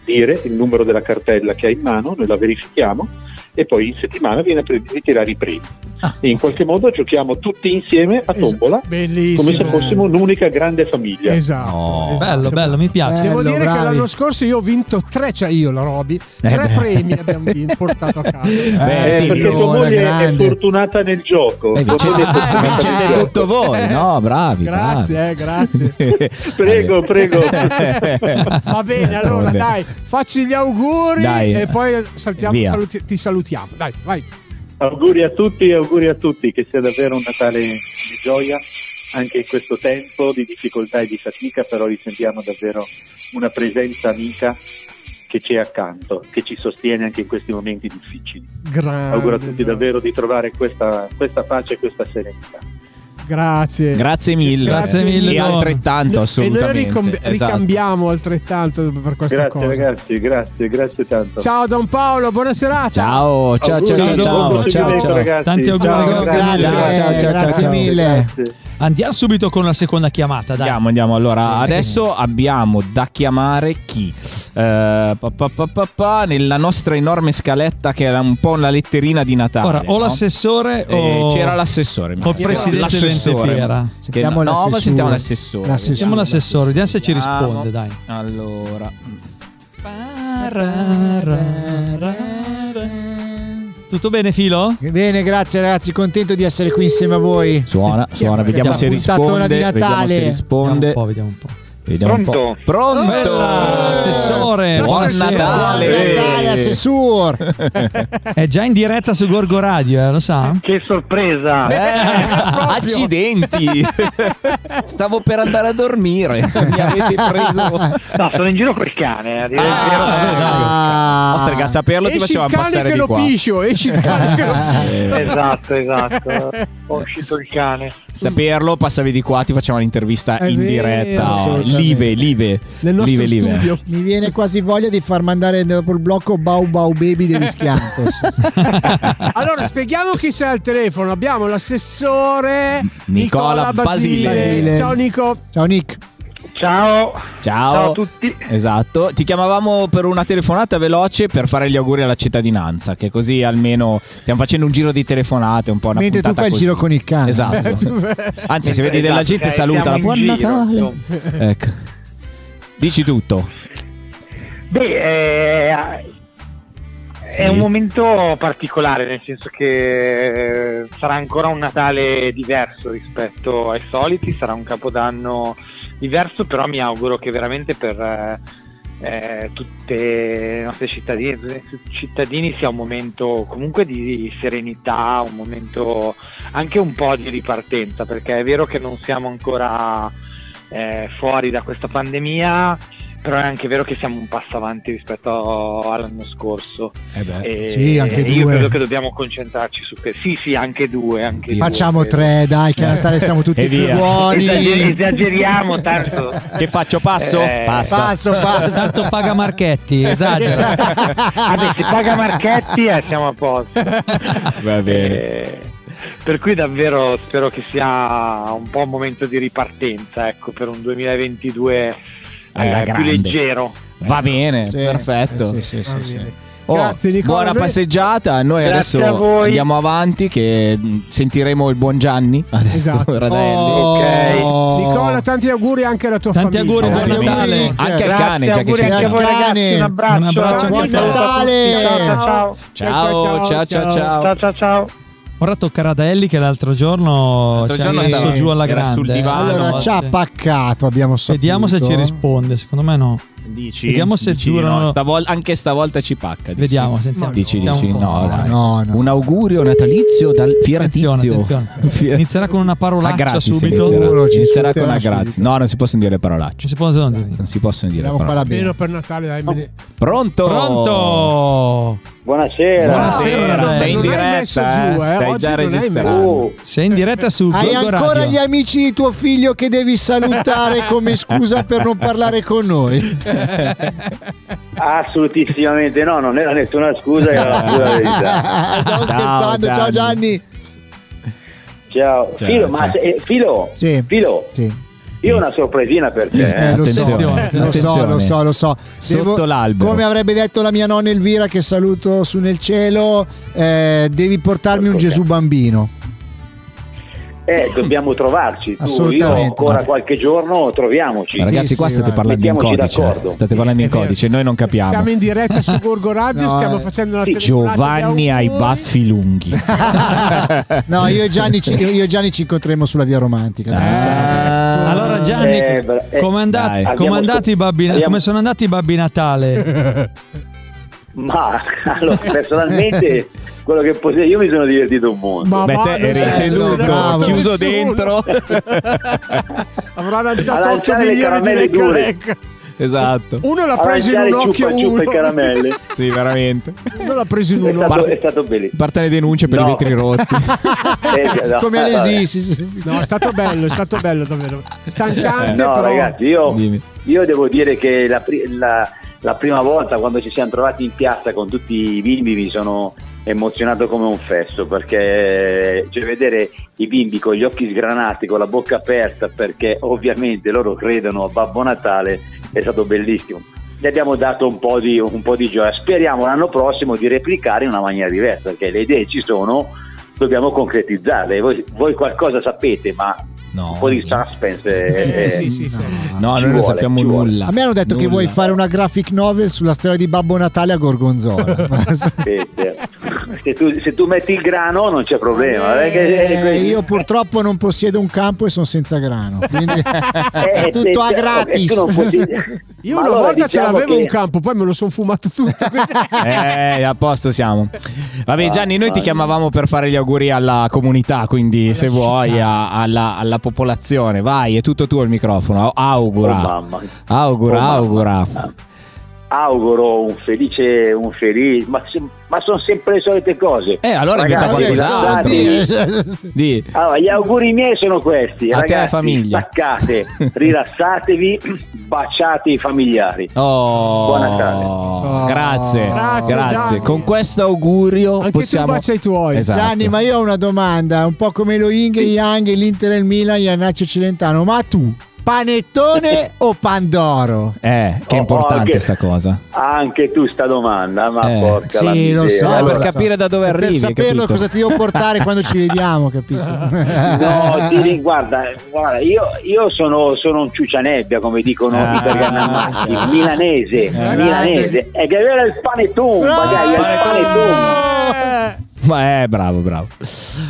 [SPEAKER 7] dire il numero della cartella che ha in mano, noi la verifichiamo e poi in settimana viene a pre- ritirare i premi. e in qualche modo giochiamo tutti insieme a tombola
[SPEAKER 2] Bellissimo.
[SPEAKER 7] come se fossimo un'unica grande famiglia.
[SPEAKER 2] Esatto.
[SPEAKER 3] No.
[SPEAKER 2] esatto.
[SPEAKER 5] Bello, bello, mi piace.
[SPEAKER 2] Devo
[SPEAKER 4] Bello,
[SPEAKER 2] dire che
[SPEAKER 4] bravi.
[SPEAKER 2] l'anno scorso io ho vinto tre, cioè io la Roby, tre
[SPEAKER 3] Eh beh.
[SPEAKER 2] premi abbiamo vinto, portato a casa.
[SPEAKER 3] Beh,
[SPEAKER 7] Eh,
[SPEAKER 3] sì,
[SPEAKER 7] perché tua
[SPEAKER 4] allora,
[SPEAKER 7] moglie è
[SPEAKER 4] grande.
[SPEAKER 7] fortunata nel gioco.
[SPEAKER 3] Beh,
[SPEAKER 7] Tua
[SPEAKER 3] vincete,
[SPEAKER 7] moglie è fortunata nel
[SPEAKER 3] Ah, vincete
[SPEAKER 7] gioco.
[SPEAKER 3] tutto voi, no? Bravi.
[SPEAKER 2] Grazie, eh,
[SPEAKER 3] <laughs>
[SPEAKER 2] grazie.
[SPEAKER 7] Prego, prego.
[SPEAKER 2] <laughs> Va bene, allora dai, facci gli auguri
[SPEAKER 3] Dai.
[SPEAKER 2] e poi saltiamo-
[SPEAKER 3] Via.
[SPEAKER 2] saluti- ti salutiamo. Dai, vai.
[SPEAKER 7] Auguri a tutti, auguri a tutti, che sia davvero un Natale di gioia, anche in questo tempo di difficoltà e di fatica, però risentiamo davvero una presenza amica che c'è accanto, che ci sostiene anche in questi momenti difficili.
[SPEAKER 4] Ah,
[SPEAKER 2] Grande,
[SPEAKER 7] Auguro a tutti davvero di trovare questa, questa pace e questa serenità.
[SPEAKER 2] Grazie.
[SPEAKER 3] Grazie mille.
[SPEAKER 5] Grazie mille,
[SPEAKER 3] E
[SPEAKER 5] Don.
[SPEAKER 3] altrettanto,
[SPEAKER 2] E noi
[SPEAKER 3] assolutamente.
[SPEAKER 2] ricom-
[SPEAKER 3] Esatto.
[SPEAKER 2] ricambiamo altrettanto per questa
[SPEAKER 7] Grazie
[SPEAKER 2] cosa.
[SPEAKER 7] ragazzi, grazie, grazie tanto.
[SPEAKER 2] Ciao Don Paolo, buona serata.
[SPEAKER 3] Ciao, ciao,
[SPEAKER 7] Auguri,
[SPEAKER 3] ciao, ciao,
[SPEAKER 5] buon
[SPEAKER 3] ciao, ciao,
[SPEAKER 7] proseguimento,
[SPEAKER 3] ciao.
[SPEAKER 7] ragazzi.
[SPEAKER 5] Tanti auguri,
[SPEAKER 7] Ciao,
[SPEAKER 5] grazie
[SPEAKER 7] grazie,
[SPEAKER 4] mille.
[SPEAKER 3] Ciao, ciao, ciao,
[SPEAKER 4] grazie
[SPEAKER 3] ciao.
[SPEAKER 4] mille.
[SPEAKER 7] grazie.
[SPEAKER 5] Andiamo subito con la seconda chiamata, dai.
[SPEAKER 3] Andiamo, andiamo. Allora,
[SPEAKER 5] Sì, sì.
[SPEAKER 3] adesso abbiamo da chiamare chi? Eh, pa, pa, pa, pa, pa, nella nostra enorme scaletta che era un po' una letterina di Natale.
[SPEAKER 5] Ora, o
[SPEAKER 3] no?
[SPEAKER 5] l'assessore
[SPEAKER 3] Eh,
[SPEAKER 5] o...
[SPEAKER 3] c'era l'assessore. mi
[SPEAKER 5] O il
[SPEAKER 3] pare.
[SPEAKER 5] presidente
[SPEAKER 3] L'assessore.
[SPEAKER 5] Ventifiera.
[SPEAKER 3] Che-
[SPEAKER 4] Sentiamo
[SPEAKER 3] no,
[SPEAKER 4] l'assessore.
[SPEAKER 3] ma sentiamo l'assessore.
[SPEAKER 4] L'assessore.
[SPEAKER 5] Siamo l'assessore, vediamo se ci
[SPEAKER 3] Vediamo.
[SPEAKER 5] risponde, dai.
[SPEAKER 3] Allora,
[SPEAKER 5] Tutto bene, Filo?
[SPEAKER 4] Bene, grazie ragazzi, contento di essere qui insieme a voi.
[SPEAKER 3] suona, suona, vediamo se
[SPEAKER 4] Puntatona
[SPEAKER 3] risponde.
[SPEAKER 4] di
[SPEAKER 3] Vediamo se
[SPEAKER 4] Natale.
[SPEAKER 5] Vediamo un
[SPEAKER 3] risponde.
[SPEAKER 5] po', vediamo un po'.
[SPEAKER 3] Vediamo un po'. Pronto?
[SPEAKER 5] Bella, assessore.
[SPEAKER 3] Buon
[SPEAKER 5] Buonasera.
[SPEAKER 3] Natale.
[SPEAKER 4] Buon Natale, assessor.
[SPEAKER 5] È già in diretta su Gorgo Radio, eh, lo sa?
[SPEAKER 8] Che sorpresa!
[SPEAKER 3] <laughs> Eh,
[SPEAKER 8] Ah.
[SPEAKER 3] accidenti! <laughs> Stavo per andare a dormire. <laughs> Mi avete preso.
[SPEAKER 8] No, sono in giro col cane. eh,
[SPEAKER 3] Ah,
[SPEAKER 8] direi-
[SPEAKER 3] eh.
[SPEAKER 4] Ah.
[SPEAKER 3] Ostrega, a saperlo ti
[SPEAKER 2] esci il
[SPEAKER 3] facevamo
[SPEAKER 2] cane
[SPEAKER 3] passare
[SPEAKER 2] che
[SPEAKER 3] di
[SPEAKER 2] lo
[SPEAKER 3] qua.
[SPEAKER 2] piscio, esci il cane
[SPEAKER 3] <laughs>
[SPEAKER 2] che lo piscio.
[SPEAKER 3] Eh,
[SPEAKER 8] Esatto, esatto. Ho uscito il cane.
[SPEAKER 3] saperlo, passavi di qua, ti facciamo l'intervista
[SPEAKER 2] È
[SPEAKER 3] in
[SPEAKER 2] vero,
[SPEAKER 3] diretta. Oh,
[SPEAKER 4] assolutamente.
[SPEAKER 3] live, live.
[SPEAKER 2] Nel nostro
[SPEAKER 3] live, live.
[SPEAKER 2] studio.
[SPEAKER 3] <laughs>
[SPEAKER 4] Mi viene quasi voglia di far mandare dopo il blocco Bau Bau Baby degli
[SPEAKER 3] <laughs>
[SPEAKER 4] Schiantos.
[SPEAKER 2] Allora, spieghiamo chi c'è al telefono. Abbiamo l'assessore
[SPEAKER 3] Nicola
[SPEAKER 2] Nicola, Basile.
[SPEAKER 4] Basile.
[SPEAKER 2] Ciao Nico.
[SPEAKER 4] Ciao Nick.
[SPEAKER 8] Ciao.
[SPEAKER 3] Ciao.
[SPEAKER 8] Ciao a tutti.
[SPEAKER 3] Esatto, ti chiamavamo per una telefonata veloce per fare gli auguri alla cittadinanza, che così almeno stiamo facendo un giro di telefonate, un po' una
[SPEAKER 4] Mentre tu
[SPEAKER 3] puntata
[SPEAKER 4] fai il
[SPEAKER 3] così.
[SPEAKER 4] giro con il cane. <laughs>
[SPEAKER 3] Esatto. Anzi, se vedi della
[SPEAKER 8] Esatto,
[SPEAKER 3] gente
[SPEAKER 8] eh,
[SPEAKER 3] salutala.
[SPEAKER 8] siamo in
[SPEAKER 3] Buon
[SPEAKER 8] giro,
[SPEAKER 3] Natale.
[SPEAKER 8] insomma.
[SPEAKER 3] Ecco. Dici tutto.
[SPEAKER 8] Beh, eh,
[SPEAKER 3] Sì.
[SPEAKER 8] è un momento particolare, nel senso che eh, sarà ancora un Natale diverso rispetto ai soliti, sarà un capodanno diverso, però mi auguro che veramente per eh, eh, tutte le nostre cittadine, tutti i nostri cittadini sia un momento comunque di serenità, un momento anche un po' di ripartenza, perché è vero che non siamo ancora eh, fuori da questa pandemia, però è anche vero che siamo un passo avanti rispetto all'anno scorso.
[SPEAKER 3] Eh beh.
[SPEAKER 8] E
[SPEAKER 4] Sì, anche
[SPEAKER 8] io
[SPEAKER 4] due.
[SPEAKER 8] credo che dobbiamo concentrarci su questo. Sì, sì, anche due. Anche due,
[SPEAKER 4] Facciamo
[SPEAKER 8] credo.
[SPEAKER 4] tre, dai, che a
[SPEAKER 3] <laughs>
[SPEAKER 4] Natale siamo
[SPEAKER 3] E
[SPEAKER 4] tutti più
[SPEAKER 3] via.
[SPEAKER 8] Esager-
[SPEAKER 4] buoni.
[SPEAKER 8] Cioè, esageriamo tanto.
[SPEAKER 3] Che faccio? Passo?
[SPEAKER 8] Eh,
[SPEAKER 3] Passa. <laughs>
[SPEAKER 4] Passo, passo.
[SPEAKER 5] Ah, Tanto paga Marchetti, esagera.
[SPEAKER 8] Vabbè, se paga Marchetti eh, siamo a posto.
[SPEAKER 3] Va bene.
[SPEAKER 8] Eh, per cui davvero spero che sia un po' un momento di ripartenza, ecco, per un 2022
[SPEAKER 3] Alla
[SPEAKER 8] eh, più
[SPEAKER 3] grande.
[SPEAKER 8] leggero.
[SPEAKER 3] Eh, Va bene,
[SPEAKER 4] Sì,
[SPEAKER 3] perfetto.
[SPEAKER 4] sì, sì, sì, sì.
[SPEAKER 3] Oh,
[SPEAKER 2] Grazie, Nicola.
[SPEAKER 3] buona
[SPEAKER 2] Noi-
[SPEAKER 3] passeggiata. Noi
[SPEAKER 8] Grazie a
[SPEAKER 3] adesso
[SPEAKER 8] voi.
[SPEAKER 3] andiamo avanti che mh, sentiremo il buon Gianni adesso <laughs>
[SPEAKER 2] Esatto.
[SPEAKER 3] Radelli.
[SPEAKER 4] Oh.
[SPEAKER 2] Nicola, tanti auguri anche alla tua
[SPEAKER 5] Tanti
[SPEAKER 2] famiglia.
[SPEAKER 5] auguri, buon
[SPEAKER 4] Tanti auguri.
[SPEAKER 5] Natale.
[SPEAKER 3] Anche al
[SPEAKER 8] Grazie,
[SPEAKER 3] cane, già che
[SPEAKER 8] auguri
[SPEAKER 3] ci
[SPEAKER 8] anche a
[SPEAKER 3] siamo.
[SPEAKER 8] voi ragazzi,
[SPEAKER 4] Cane.
[SPEAKER 8] un abbraccio.
[SPEAKER 5] Un abbraccio,
[SPEAKER 4] buon
[SPEAKER 8] Ciao a tutti.
[SPEAKER 4] Natale.
[SPEAKER 8] Ciao,
[SPEAKER 3] Ciao, ciao, ciao, ciao.
[SPEAKER 8] ciao, ciao, ciao, ciao.
[SPEAKER 5] Ora tocca a Radelli che l'altro giorno
[SPEAKER 3] L'altro
[SPEAKER 5] ci ha
[SPEAKER 3] giorno
[SPEAKER 5] messo
[SPEAKER 4] stava-
[SPEAKER 5] giù alla
[SPEAKER 3] era
[SPEAKER 5] grande.
[SPEAKER 3] sul
[SPEAKER 5] eh.
[SPEAKER 3] divano.
[SPEAKER 4] Allora,
[SPEAKER 3] no,
[SPEAKER 4] ci ha paccato, abbiamo saputo.
[SPEAKER 5] Vediamo se ci risponde, secondo me no.
[SPEAKER 3] Dici?
[SPEAKER 5] Vediamo se
[SPEAKER 3] Dici
[SPEAKER 5] durano-
[SPEAKER 3] no, stavol- anche stavolta ci pacca. dici?
[SPEAKER 5] Vediamo, sentiamo.
[SPEAKER 3] Dici,
[SPEAKER 5] Sentiamo
[SPEAKER 3] dici,
[SPEAKER 5] un po'.
[SPEAKER 3] no, dai.
[SPEAKER 4] No, no.
[SPEAKER 3] Un augurio natalizio dal Fieratizio.
[SPEAKER 5] Attenzione,
[SPEAKER 4] <laughs>
[SPEAKER 5] attenzione.
[SPEAKER 3] Fier-
[SPEAKER 5] Inizierà con una
[SPEAKER 3] A
[SPEAKER 4] Ah,
[SPEAKER 5] parolaccia
[SPEAKER 3] gratis
[SPEAKER 5] subito.
[SPEAKER 3] inizierà.
[SPEAKER 4] Sicuro, ci
[SPEAKER 3] Inizierà con una
[SPEAKER 4] insulterà
[SPEAKER 3] grazie.
[SPEAKER 4] subito.
[SPEAKER 3] No, non si possono dire
[SPEAKER 5] Ci
[SPEAKER 3] parolacce.
[SPEAKER 5] si possono dire.
[SPEAKER 3] Non si possono dire
[SPEAKER 4] Vediamo qua la
[SPEAKER 3] parolacce.
[SPEAKER 4] bene.
[SPEAKER 2] Almeno per Natale, dai. me ne-
[SPEAKER 3] Pronto?
[SPEAKER 5] Pronto!
[SPEAKER 7] Buonasera.
[SPEAKER 5] Buonasera,
[SPEAKER 3] Buonasera, sei in
[SPEAKER 2] non hai
[SPEAKER 3] diretta.
[SPEAKER 2] messo
[SPEAKER 3] eh?
[SPEAKER 2] giù, eh,
[SPEAKER 3] Stai
[SPEAKER 2] oggi
[SPEAKER 3] già
[SPEAKER 2] non hai
[SPEAKER 3] registrando.
[SPEAKER 7] Oh,
[SPEAKER 5] Sei in diretta su
[SPEAKER 4] Hai
[SPEAKER 5] Gorgo
[SPEAKER 4] ancora
[SPEAKER 5] Radio.
[SPEAKER 4] gli amici di tuo figlio che devi salutare come scusa per non parlare
[SPEAKER 3] <laughs>
[SPEAKER 4] con noi. <laughs>
[SPEAKER 3] Eh,
[SPEAKER 7] assolutissimamente no, non era nessuna scusa, era
[SPEAKER 4] <laughs>
[SPEAKER 7] la pura verità.
[SPEAKER 4] Stavo
[SPEAKER 3] Ciao,
[SPEAKER 4] scherzando,
[SPEAKER 3] Gianni.
[SPEAKER 4] ciao Gianni.
[SPEAKER 7] Ciao.
[SPEAKER 3] Ciao,
[SPEAKER 7] Filo, ma
[SPEAKER 3] ciao.
[SPEAKER 7] se- eh, Filo,
[SPEAKER 4] Sì.
[SPEAKER 7] Filo,
[SPEAKER 4] Sì.
[SPEAKER 3] attenti.
[SPEAKER 9] Io ho una sorpresina per te. eh.
[SPEAKER 4] Eh, lo so,
[SPEAKER 3] Attenzione,
[SPEAKER 4] lo so,
[SPEAKER 3] attenzione.
[SPEAKER 4] lo so, lo so.
[SPEAKER 3] Sotto l'albero.
[SPEAKER 4] Come avrebbe detto la mia nonna Elvira, che saluto su nel cielo, eh, devi portarmi un
[SPEAKER 9] Porco
[SPEAKER 4] Gesù bambino.
[SPEAKER 9] Eh, dobbiamo trovarci. Tu, io
[SPEAKER 4] Assolutamente.
[SPEAKER 9] ancora qualche giorno troviamoci.
[SPEAKER 4] Ragazzi,
[SPEAKER 3] Ragazzi, qua
[SPEAKER 4] sì,
[SPEAKER 3] state
[SPEAKER 4] vai.
[SPEAKER 3] parlando in
[SPEAKER 9] Mettiamoci
[SPEAKER 3] codice.
[SPEAKER 9] d'accordo.
[SPEAKER 3] eh. State parlando in
[SPEAKER 2] È vero.
[SPEAKER 3] codice, noi non capiamo.
[SPEAKER 2] Siamo in diretta su Gorgo
[SPEAKER 3] <laughs>
[SPEAKER 2] Radio,
[SPEAKER 4] No,
[SPEAKER 2] stiamo
[SPEAKER 4] eh.
[SPEAKER 2] facendo una telefonata di
[SPEAKER 3] Giovanni ha i
[SPEAKER 2] auguri.
[SPEAKER 3] baffi lunghi. Eh.
[SPEAKER 4] No, io e Gianni ci, io e Gianni ci incontreremo sulla via romantica.
[SPEAKER 3] Ah.
[SPEAKER 5] Allora Gianni,
[SPEAKER 9] Eh, bra- eh,
[SPEAKER 5] come andati-
[SPEAKER 3] dai.
[SPEAKER 5] come
[SPEAKER 9] Abbiamo
[SPEAKER 5] andati
[SPEAKER 9] scop-
[SPEAKER 5] i Babbi-
[SPEAKER 9] abbiamo-
[SPEAKER 5] come sono andati i Babbi Natale?
[SPEAKER 9] Ma
[SPEAKER 2] <laughs>
[SPEAKER 9] allora, personalmente, quello che posso dire, io mi sono divertito un mondo.
[SPEAKER 2] Ma
[SPEAKER 3] Beh,
[SPEAKER 2] va,
[SPEAKER 3] te
[SPEAKER 2] non
[SPEAKER 3] eri
[SPEAKER 2] è-
[SPEAKER 3] seduto,
[SPEAKER 2] non è-
[SPEAKER 3] chiuso
[SPEAKER 2] nessuno.
[SPEAKER 3] dentro.
[SPEAKER 2] Avrà
[SPEAKER 9] A
[SPEAKER 2] lanciato
[SPEAKER 9] lanciare
[SPEAKER 2] 8
[SPEAKER 9] le
[SPEAKER 2] milioni di
[SPEAKER 9] caramelle dure.
[SPEAKER 2] lecca-lecca.
[SPEAKER 3] esatto.
[SPEAKER 2] Uno l'ha
[SPEAKER 9] A
[SPEAKER 2] preso in
[SPEAKER 9] lanciare
[SPEAKER 2] un
[SPEAKER 9] ciupa,
[SPEAKER 2] occhio
[SPEAKER 9] ciupa e
[SPEAKER 2] uno. <laughs>
[SPEAKER 9] caramelle. È
[SPEAKER 3] Sì, veramente.
[SPEAKER 2] Uno l'ha preso in uno.
[SPEAKER 9] stato,
[SPEAKER 3] Parte-
[SPEAKER 9] è
[SPEAKER 2] <laughs>
[SPEAKER 9] stato bellissimo.
[SPEAKER 3] Partano le denunce per
[SPEAKER 9] No.
[SPEAKER 3] i vetri rotti.
[SPEAKER 9] Eh, no,
[SPEAKER 4] Come
[SPEAKER 9] vabbè.
[SPEAKER 4] Alesi, sì, sì.
[SPEAKER 2] No, è stato bello, è stato bello davvero. Stancante,
[SPEAKER 9] Eh, No,
[SPEAKER 2] però.
[SPEAKER 9] ragazzi, io,
[SPEAKER 3] <laughs> Dimmi.
[SPEAKER 9] io devo dire che la, pri- la- la prima volta quando ci siamo trovati in piazza con tutti i bimbi mi sono emozionato come un fesso perché cioè, vedere i bimbi con gli occhi sgranati, con la bocca aperta perché ovviamente loro credono a Babbo Natale è stato bellissimo. Gli abbiamo dato un po' di, un po' di gioia. Speriamo l'anno prossimo di replicare in una maniera diversa perché le idee ci sono, dobbiamo concretizzarle. Voi, voi qualcosa sapete, ma
[SPEAKER 3] No.
[SPEAKER 9] un po' di suspense. eh,
[SPEAKER 2] Eh, sì, sì, sì.
[SPEAKER 3] No, noi
[SPEAKER 9] Ci
[SPEAKER 3] non
[SPEAKER 9] vuole,
[SPEAKER 3] sappiamo
[SPEAKER 9] ci vuole.
[SPEAKER 3] nulla.
[SPEAKER 4] A me hanno detto che
[SPEAKER 3] Nulla.
[SPEAKER 4] vuoi fare una graphic novel sulla storia di Babbo Natale
[SPEAKER 3] <laughs>
[SPEAKER 4] a Gorgonzola.
[SPEAKER 9] Sì, sì. se, tu, se tu metti il grano non c'è problema.
[SPEAKER 4] Eh,
[SPEAKER 9] eh, che- eh, que-
[SPEAKER 4] io purtroppo non possiedo un campo e sono senza grano. Quindi <laughs>
[SPEAKER 9] eh,
[SPEAKER 4] tutto a
[SPEAKER 9] se-
[SPEAKER 4] gratis.
[SPEAKER 9] tu
[SPEAKER 4] <laughs>
[SPEAKER 9] non possi-
[SPEAKER 2] Io
[SPEAKER 9] Ma
[SPEAKER 2] una
[SPEAKER 9] allora
[SPEAKER 2] volta
[SPEAKER 9] diciamo
[SPEAKER 2] ce l'avevo
[SPEAKER 9] che-
[SPEAKER 2] un campo, poi me lo sono fumato tutto. quindi-
[SPEAKER 3] Eh, a posto siamo. Vabbè,
[SPEAKER 9] Ah,
[SPEAKER 3] Gianni, noi ti
[SPEAKER 9] ah,
[SPEAKER 3] chiamavamo per fare gli auguri alla comunità, quindi se vuoi, a- alla, alla popolazione, vai, è tutto tuo il microfono.
[SPEAKER 9] Oh,
[SPEAKER 3] Augura,
[SPEAKER 9] mamma.
[SPEAKER 3] augura,
[SPEAKER 9] Oh, mamma.
[SPEAKER 3] augura.
[SPEAKER 9] Auguro un felice, un felice, ma, se- ma sono sempre le solite cose.
[SPEAKER 3] Eh, allora inventa
[SPEAKER 9] Ragazzi,
[SPEAKER 3] qualcos'altro.
[SPEAKER 9] scusate.
[SPEAKER 3] Di.
[SPEAKER 9] Allora, gli auguri miei sono questi,
[SPEAKER 3] A te la
[SPEAKER 9] ragazzi,
[SPEAKER 3] famiglia.
[SPEAKER 9] staccate, rilassatevi, baciate i familiari.
[SPEAKER 3] Oh,
[SPEAKER 9] Buon Natale.
[SPEAKER 3] Grazie,
[SPEAKER 2] Grazie,
[SPEAKER 3] grazie.
[SPEAKER 2] Gianni.
[SPEAKER 3] Con questo augurio
[SPEAKER 2] Anche
[SPEAKER 3] possiamo...
[SPEAKER 2] tu bacia i tuoi.
[SPEAKER 3] Esatto.
[SPEAKER 4] Gianni, ma io ho una domanda, un po' come lo Ing, Yang, l'Inter e il Milan, Iannaccio e Celentano, ma tu, panettone o pandoro?
[SPEAKER 3] Eh, che
[SPEAKER 9] Oh,
[SPEAKER 3] importante
[SPEAKER 9] anche-
[SPEAKER 3] sta cosa.
[SPEAKER 9] Anche tu sta domanda, ma
[SPEAKER 3] Eh,
[SPEAKER 9] porca la
[SPEAKER 4] Sì, lo
[SPEAKER 9] miseria.
[SPEAKER 4] so.
[SPEAKER 3] Eh,
[SPEAKER 4] lo
[SPEAKER 3] per
[SPEAKER 4] so.
[SPEAKER 3] capire da dove
[SPEAKER 4] È
[SPEAKER 3] arrivi,
[SPEAKER 4] Per saperlo
[SPEAKER 3] capito?
[SPEAKER 4] cosa ti devo
[SPEAKER 3] <laughs>
[SPEAKER 4] portare quando ci vediamo, capito? <laughs>
[SPEAKER 9] No, ti ri- guarda, guarda, io, io sono, sono un ciucianebbia, come dicono
[SPEAKER 3] Ah,
[SPEAKER 9] i bergamaschi,
[SPEAKER 4] ah,
[SPEAKER 3] ok.
[SPEAKER 9] milanese,
[SPEAKER 3] grande.
[SPEAKER 9] milanese. E che era il panettone,
[SPEAKER 4] Bravo!
[SPEAKER 9] magari era il panettone.
[SPEAKER 2] Eh,
[SPEAKER 3] Ma eh, bravo, bravo.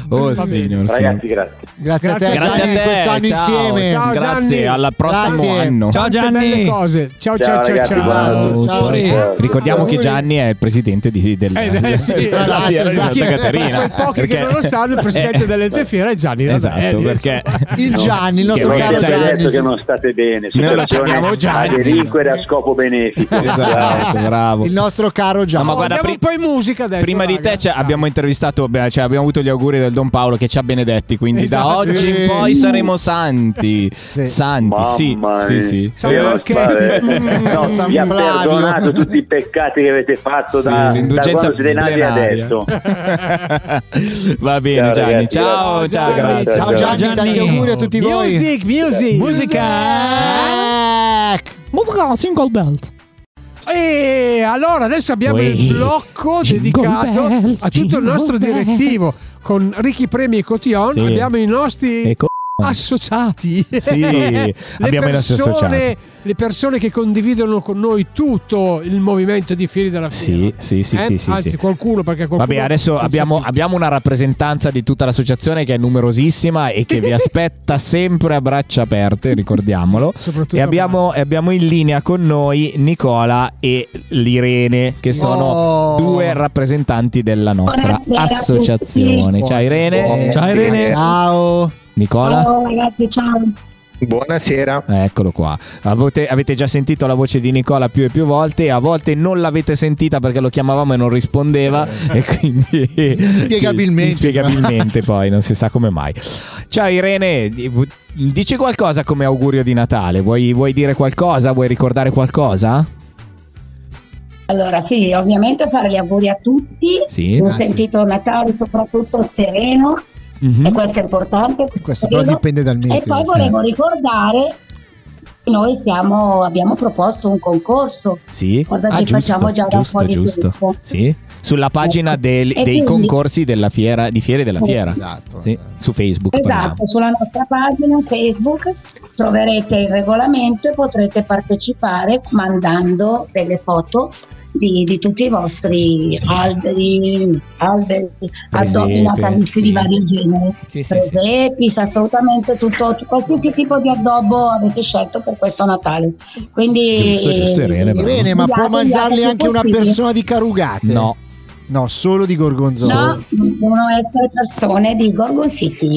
[SPEAKER 3] Oh,
[SPEAKER 2] Va bene.
[SPEAKER 3] signor
[SPEAKER 9] Ragazzi, grazie.
[SPEAKER 4] Grazie a te,
[SPEAKER 2] Grazie
[SPEAKER 3] Grazie
[SPEAKER 4] Gianni,
[SPEAKER 3] a te.
[SPEAKER 4] quest'anno
[SPEAKER 3] ciao.
[SPEAKER 4] insieme.
[SPEAKER 2] Ciao, Gianni.
[SPEAKER 3] Grazie, alla prossimo
[SPEAKER 4] Grazie.
[SPEAKER 3] anno.
[SPEAKER 5] Ciao,
[SPEAKER 2] tante
[SPEAKER 5] Gianni.
[SPEAKER 2] belle cose. Ciao, ciao,
[SPEAKER 9] Ciao,
[SPEAKER 2] ciao. Eh,
[SPEAKER 9] ragazzi,
[SPEAKER 2] ciao.
[SPEAKER 9] guarda.
[SPEAKER 3] Ciao, ciao.
[SPEAKER 4] ciao.
[SPEAKER 3] Ricordiamo che
[SPEAKER 4] Auguri.
[SPEAKER 3] Gianni è il presidente di, del,
[SPEAKER 2] Eh, eh, sì,
[SPEAKER 3] della
[SPEAKER 4] tra l'altro,
[SPEAKER 3] fiera di
[SPEAKER 4] esatto.
[SPEAKER 3] Santa Caterina.
[SPEAKER 2] Per pochi che non lo sanno, Eh, il presidente
[SPEAKER 3] Eh,
[SPEAKER 2] dell'ente fiera è Gianni
[SPEAKER 3] <laughs> Esatto,
[SPEAKER 2] Ravelli. <laughs>
[SPEAKER 3] perché
[SPEAKER 4] Il Gianni, il
[SPEAKER 3] Che
[SPEAKER 4] nostro
[SPEAKER 9] Voi
[SPEAKER 3] voglio
[SPEAKER 4] caro
[SPEAKER 9] avete
[SPEAKER 3] sai-
[SPEAKER 9] detto
[SPEAKER 4] Gianni.
[SPEAKER 9] che
[SPEAKER 4] sì.
[SPEAKER 9] non state bene,
[SPEAKER 3] Noi la
[SPEAKER 9] situazione
[SPEAKER 3] chiamiamo
[SPEAKER 9] a
[SPEAKER 3] Gianni.
[SPEAKER 9] delinquere a scopo benefico.
[SPEAKER 3] Esatto, bravo.
[SPEAKER 4] Il nostro caro
[SPEAKER 3] No,
[SPEAKER 4] Gianni.
[SPEAKER 3] ma
[SPEAKER 2] Oh,
[SPEAKER 3] guarda,
[SPEAKER 2] andiamo
[SPEAKER 3] pri-
[SPEAKER 2] un po' in musica adesso,
[SPEAKER 3] prima di
[SPEAKER 2] raga.
[SPEAKER 3] te c'è-
[SPEAKER 2] Dai.
[SPEAKER 3] abbiamo intervistato, beh, cioè, abbiamo avuto gli auguri del Don Paolo che ci ha benedetti, quindi da
[SPEAKER 2] Esatto.
[SPEAKER 3] oggi in
[SPEAKER 4] Eh.
[SPEAKER 3] poi saremo santi.
[SPEAKER 4] Sì.
[SPEAKER 3] Santi, sì,
[SPEAKER 9] Mamma
[SPEAKER 3] sì,
[SPEAKER 9] mia.
[SPEAKER 3] sì.
[SPEAKER 2] San
[SPEAKER 9] Io non
[SPEAKER 2] Marche-
[SPEAKER 4] <laughs>
[SPEAKER 9] spavento.
[SPEAKER 2] Mm.
[SPEAKER 9] No,
[SPEAKER 4] San
[SPEAKER 9] vi ha
[SPEAKER 4] Flavio.
[SPEAKER 9] perdonato tutti i peccati che avete fatto
[SPEAKER 3] Sì,
[SPEAKER 9] Esatto, da, da
[SPEAKER 3] l'indulgenza
[SPEAKER 9] quando siete nati
[SPEAKER 3] plenaria.
[SPEAKER 9] adesso.
[SPEAKER 3] <laughs> Va bene,
[SPEAKER 9] Ciao,
[SPEAKER 3] Gianni.
[SPEAKER 9] ragazzi,
[SPEAKER 3] Ciao, ciao,
[SPEAKER 9] grazie.
[SPEAKER 2] Ciao,
[SPEAKER 3] grazie.
[SPEAKER 4] Ciao Gianni,
[SPEAKER 5] Gianni.
[SPEAKER 4] tanti auguri a tutti voi.
[SPEAKER 2] Music, music. Eh?
[SPEAKER 4] Music.
[SPEAKER 5] Musica single belt.
[SPEAKER 2] E allora adesso abbiamo
[SPEAKER 3] Uè.
[SPEAKER 2] il blocco
[SPEAKER 3] Jingle
[SPEAKER 2] dedicato
[SPEAKER 3] bells,
[SPEAKER 2] a tutto il nostro
[SPEAKER 3] jingle bells.
[SPEAKER 2] direttivo con Ricchi Premi e Cotillon.
[SPEAKER 3] Sì.
[SPEAKER 2] Abbiamo i nostri
[SPEAKER 3] E co-
[SPEAKER 2] associati.
[SPEAKER 3] Ecco,
[SPEAKER 4] <laughs>
[SPEAKER 2] <laughs>
[SPEAKER 3] Sì,
[SPEAKER 2] Le
[SPEAKER 3] abbiamo i nostri associati.
[SPEAKER 2] Le persone che condividono con noi tutto il movimento di Fieri della Fiera.
[SPEAKER 3] Sì, sì, sì,
[SPEAKER 2] Eh?
[SPEAKER 3] sì,
[SPEAKER 4] Ah,
[SPEAKER 3] sì,
[SPEAKER 2] Anzi,
[SPEAKER 3] sì.
[SPEAKER 2] qualcuno perché qualcuno Cioè,
[SPEAKER 3] Vabbè, adesso
[SPEAKER 2] non c'è
[SPEAKER 4] <laughs>
[SPEAKER 3] abbiamo,
[SPEAKER 2] più.
[SPEAKER 3] abbiamo una rappresentanza di tutta l'associazione che è numerosissima e
[SPEAKER 4] <laughs>
[SPEAKER 3] che vi aspetta sempre a braccia aperte, ricordiamolo.
[SPEAKER 2] Soprattutto
[SPEAKER 3] E abbiamo, e abbiamo in linea con noi Nicola e l'Irene, che sono
[SPEAKER 4] Oh.
[SPEAKER 3] due rappresentanti della nostra
[SPEAKER 10] Buonasera a
[SPEAKER 3] associazione. Ciao Irene,
[SPEAKER 4] Buonasera.
[SPEAKER 5] Ciao, Irene.
[SPEAKER 4] Ciao.
[SPEAKER 3] Nicola.
[SPEAKER 10] Ciao ragazzi, ciao.
[SPEAKER 11] Buonasera.
[SPEAKER 3] Eccolo qua. Avete, avete già sentito la voce di Nicola più e più volte, a volte non l'avete sentita perché lo chiamavamo e non rispondeva e quindi
[SPEAKER 4] Inspiegabilmente.
[SPEAKER 3] inspiegabilmente poi non si sa come mai. Ciao Irene, di- vu- dici qualcosa come augurio di Natale? Vuoi, vuoi dire qualcosa? Vuoi ricordare qualcosa?
[SPEAKER 10] Allora sì, ovviamente fare gli auguri a tutti.
[SPEAKER 3] Sì.
[SPEAKER 10] Ho
[SPEAKER 4] grazie.
[SPEAKER 10] sentito Natale soprattutto sereno
[SPEAKER 3] Mhm.
[SPEAKER 10] e questo è importante.
[SPEAKER 4] Questo però dipende dal
[SPEAKER 10] E
[SPEAKER 4] meteo.
[SPEAKER 10] poi volevo ricordare
[SPEAKER 8] noi siamo- abbiamo proposto un concorso.
[SPEAKER 3] Sì.
[SPEAKER 8] Guarda che
[SPEAKER 3] ah, giusto,
[SPEAKER 8] facciamo già da un
[SPEAKER 3] giusto,
[SPEAKER 8] po' di
[SPEAKER 3] giusto.
[SPEAKER 8] tempo. Ecco.
[SPEAKER 3] Sì. Sulla pagina del-
[SPEAKER 8] E
[SPEAKER 3] dei
[SPEAKER 8] quindi-
[SPEAKER 3] concorsi della fiera, di Fiere della
[SPEAKER 8] Sì.
[SPEAKER 3] Fiera.
[SPEAKER 4] Esatto.
[SPEAKER 3] Sì, Su Facebook. parliamo.
[SPEAKER 8] Esatto, sulla nostra pagina Facebook troverete il regolamento e potrete partecipare mandando delle foto di, di tutti i vostri alberi, alberi addobbi
[SPEAKER 3] Presepe,
[SPEAKER 8] natalizi
[SPEAKER 3] sì.
[SPEAKER 8] di vario genere,
[SPEAKER 3] Sì, sì, sì.
[SPEAKER 8] presepi, assolutamente tutto, qualsiasi tipo di addobbo avete scelto per questo Natale. Quindi,
[SPEAKER 3] Giusto, giusto, Irene, brava.
[SPEAKER 8] eh,
[SPEAKER 4] Irene, ma può
[SPEAKER 8] inviate-
[SPEAKER 4] mangiarli
[SPEAKER 8] inviate
[SPEAKER 4] anche
[SPEAKER 8] più
[SPEAKER 4] una
[SPEAKER 8] possibile.
[SPEAKER 4] persona di carugate?
[SPEAKER 3] No,
[SPEAKER 4] No, solo di gorgonzola.
[SPEAKER 8] No, devono essere persone di Gorgon City.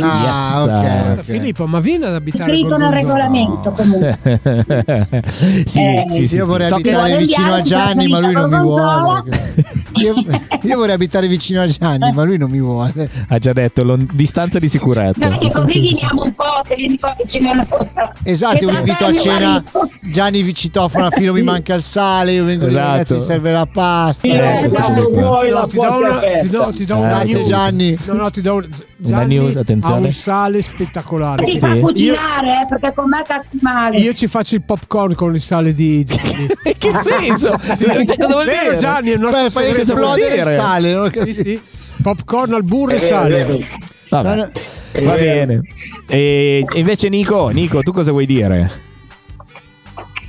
[SPEAKER 3] Yes.
[SPEAKER 4] Ah, ok, ok.
[SPEAKER 2] Filippo, ma vieni ad abitare
[SPEAKER 8] Scritto nel
[SPEAKER 2] Gorgonzola.
[SPEAKER 8] regolamento
[SPEAKER 4] No.
[SPEAKER 8] comunque.
[SPEAKER 3] sì,
[SPEAKER 8] Eh,
[SPEAKER 3] sì, sì,
[SPEAKER 4] io
[SPEAKER 3] sì.
[SPEAKER 4] vorrei
[SPEAKER 3] So che-
[SPEAKER 4] abitare
[SPEAKER 8] che-
[SPEAKER 4] vicino a Gianni, ma lui non mi
[SPEAKER 8] Gorgonzola.
[SPEAKER 4] vuole. Io, <laughs> io vorrei abitare vicino a Gianni, ma lui non mi vuole.
[SPEAKER 3] ha già detto l'on- distanza di sicurezza.
[SPEAKER 8] Perché così veniamo Cioè, un po', se vieni qua vicino alla porta.
[SPEAKER 4] Esatto, io vi
[SPEAKER 8] Esatto,
[SPEAKER 4] invito a
[SPEAKER 8] mio
[SPEAKER 4] cena.
[SPEAKER 8] marito.
[SPEAKER 4] Gianni vi citofona, filo mi manca il sale, io vengo
[SPEAKER 3] Esatto.
[SPEAKER 4] di ragazzi, mi serve la pasta.
[SPEAKER 3] Io Eh, questa cosa qua.
[SPEAKER 2] No,
[SPEAKER 1] vuoi la
[SPEAKER 2] ti do
[SPEAKER 1] porta
[SPEAKER 2] una-
[SPEAKER 1] aperta.
[SPEAKER 2] ti do- ti do
[SPEAKER 3] Eh,
[SPEAKER 2] una
[SPEAKER 3] grazie,
[SPEAKER 2] news.
[SPEAKER 4] Gianni.
[SPEAKER 2] No, no, ti do un-
[SPEAKER 3] Una
[SPEAKER 2] Gianni
[SPEAKER 3] news, attenzione.
[SPEAKER 2] Ha un sale
[SPEAKER 8] Ma
[SPEAKER 2] spettacolare.
[SPEAKER 8] Ti fa
[SPEAKER 3] Sì.
[SPEAKER 8] cucinare, eh, perché con me cazzi male.
[SPEAKER 2] Io ci faccio il popcorn con il sale di Gianni.
[SPEAKER 3] Eh, che senso? <laughs> Cioè, cosa vuol
[SPEAKER 2] Vero,
[SPEAKER 3] dire?
[SPEAKER 2] Gianni, è il nostro
[SPEAKER 4] Beh, fai
[SPEAKER 2] segreto.
[SPEAKER 4] esplodere il
[SPEAKER 3] dire?
[SPEAKER 4] sale. non ho
[SPEAKER 2] Sì,
[SPEAKER 4] capito.
[SPEAKER 2] sì. Popcorn al burro e
[SPEAKER 1] È vero, è
[SPEAKER 2] sale.
[SPEAKER 1] vero.
[SPEAKER 3] Vabbè,
[SPEAKER 4] No, no.
[SPEAKER 3] Va bene. E e invece Nico, Nico, tu cosa vuoi dire?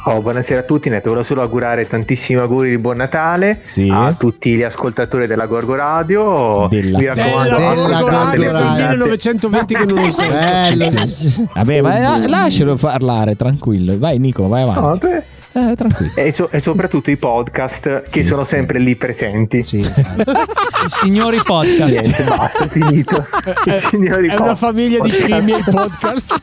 [SPEAKER 9] Oh, buonasera a tutti, ne volevo solo augurare tantissimi auguri di buon Natale
[SPEAKER 3] Sì.
[SPEAKER 9] a tutti gli ascoltatori della Gorgo Radio.
[SPEAKER 3] Della-
[SPEAKER 9] Mi
[SPEAKER 2] Della
[SPEAKER 9] raccomando,
[SPEAKER 4] Gorgo
[SPEAKER 9] ascoltate
[SPEAKER 2] Gorgonzola
[SPEAKER 9] le
[SPEAKER 4] Radio
[SPEAKER 2] del
[SPEAKER 4] Gorgonzola.
[SPEAKER 9] puntate.
[SPEAKER 2] 1920 che non lo so.
[SPEAKER 4] Bello.
[SPEAKER 3] Vabbè, ma la- lascialo parlare, tranquillo. Vai Nico, vai
[SPEAKER 9] No,
[SPEAKER 3] avanti.
[SPEAKER 9] beh,
[SPEAKER 3] Eh, tranquillo.
[SPEAKER 9] E, so- e soprattutto i podcast
[SPEAKER 3] Sì.
[SPEAKER 9] che sono sempre lì presenti.
[SPEAKER 4] Sì, esatto.
[SPEAKER 5] Signori podcast.
[SPEAKER 9] Niente, basta,
[SPEAKER 4] <laughs>
[SPEAKER 9] è finito. I signori
[SPEAKER 2] È una
[SPEAKER 9] podcast.
[SPEAKER 2] famiglia di scimmie il podcast.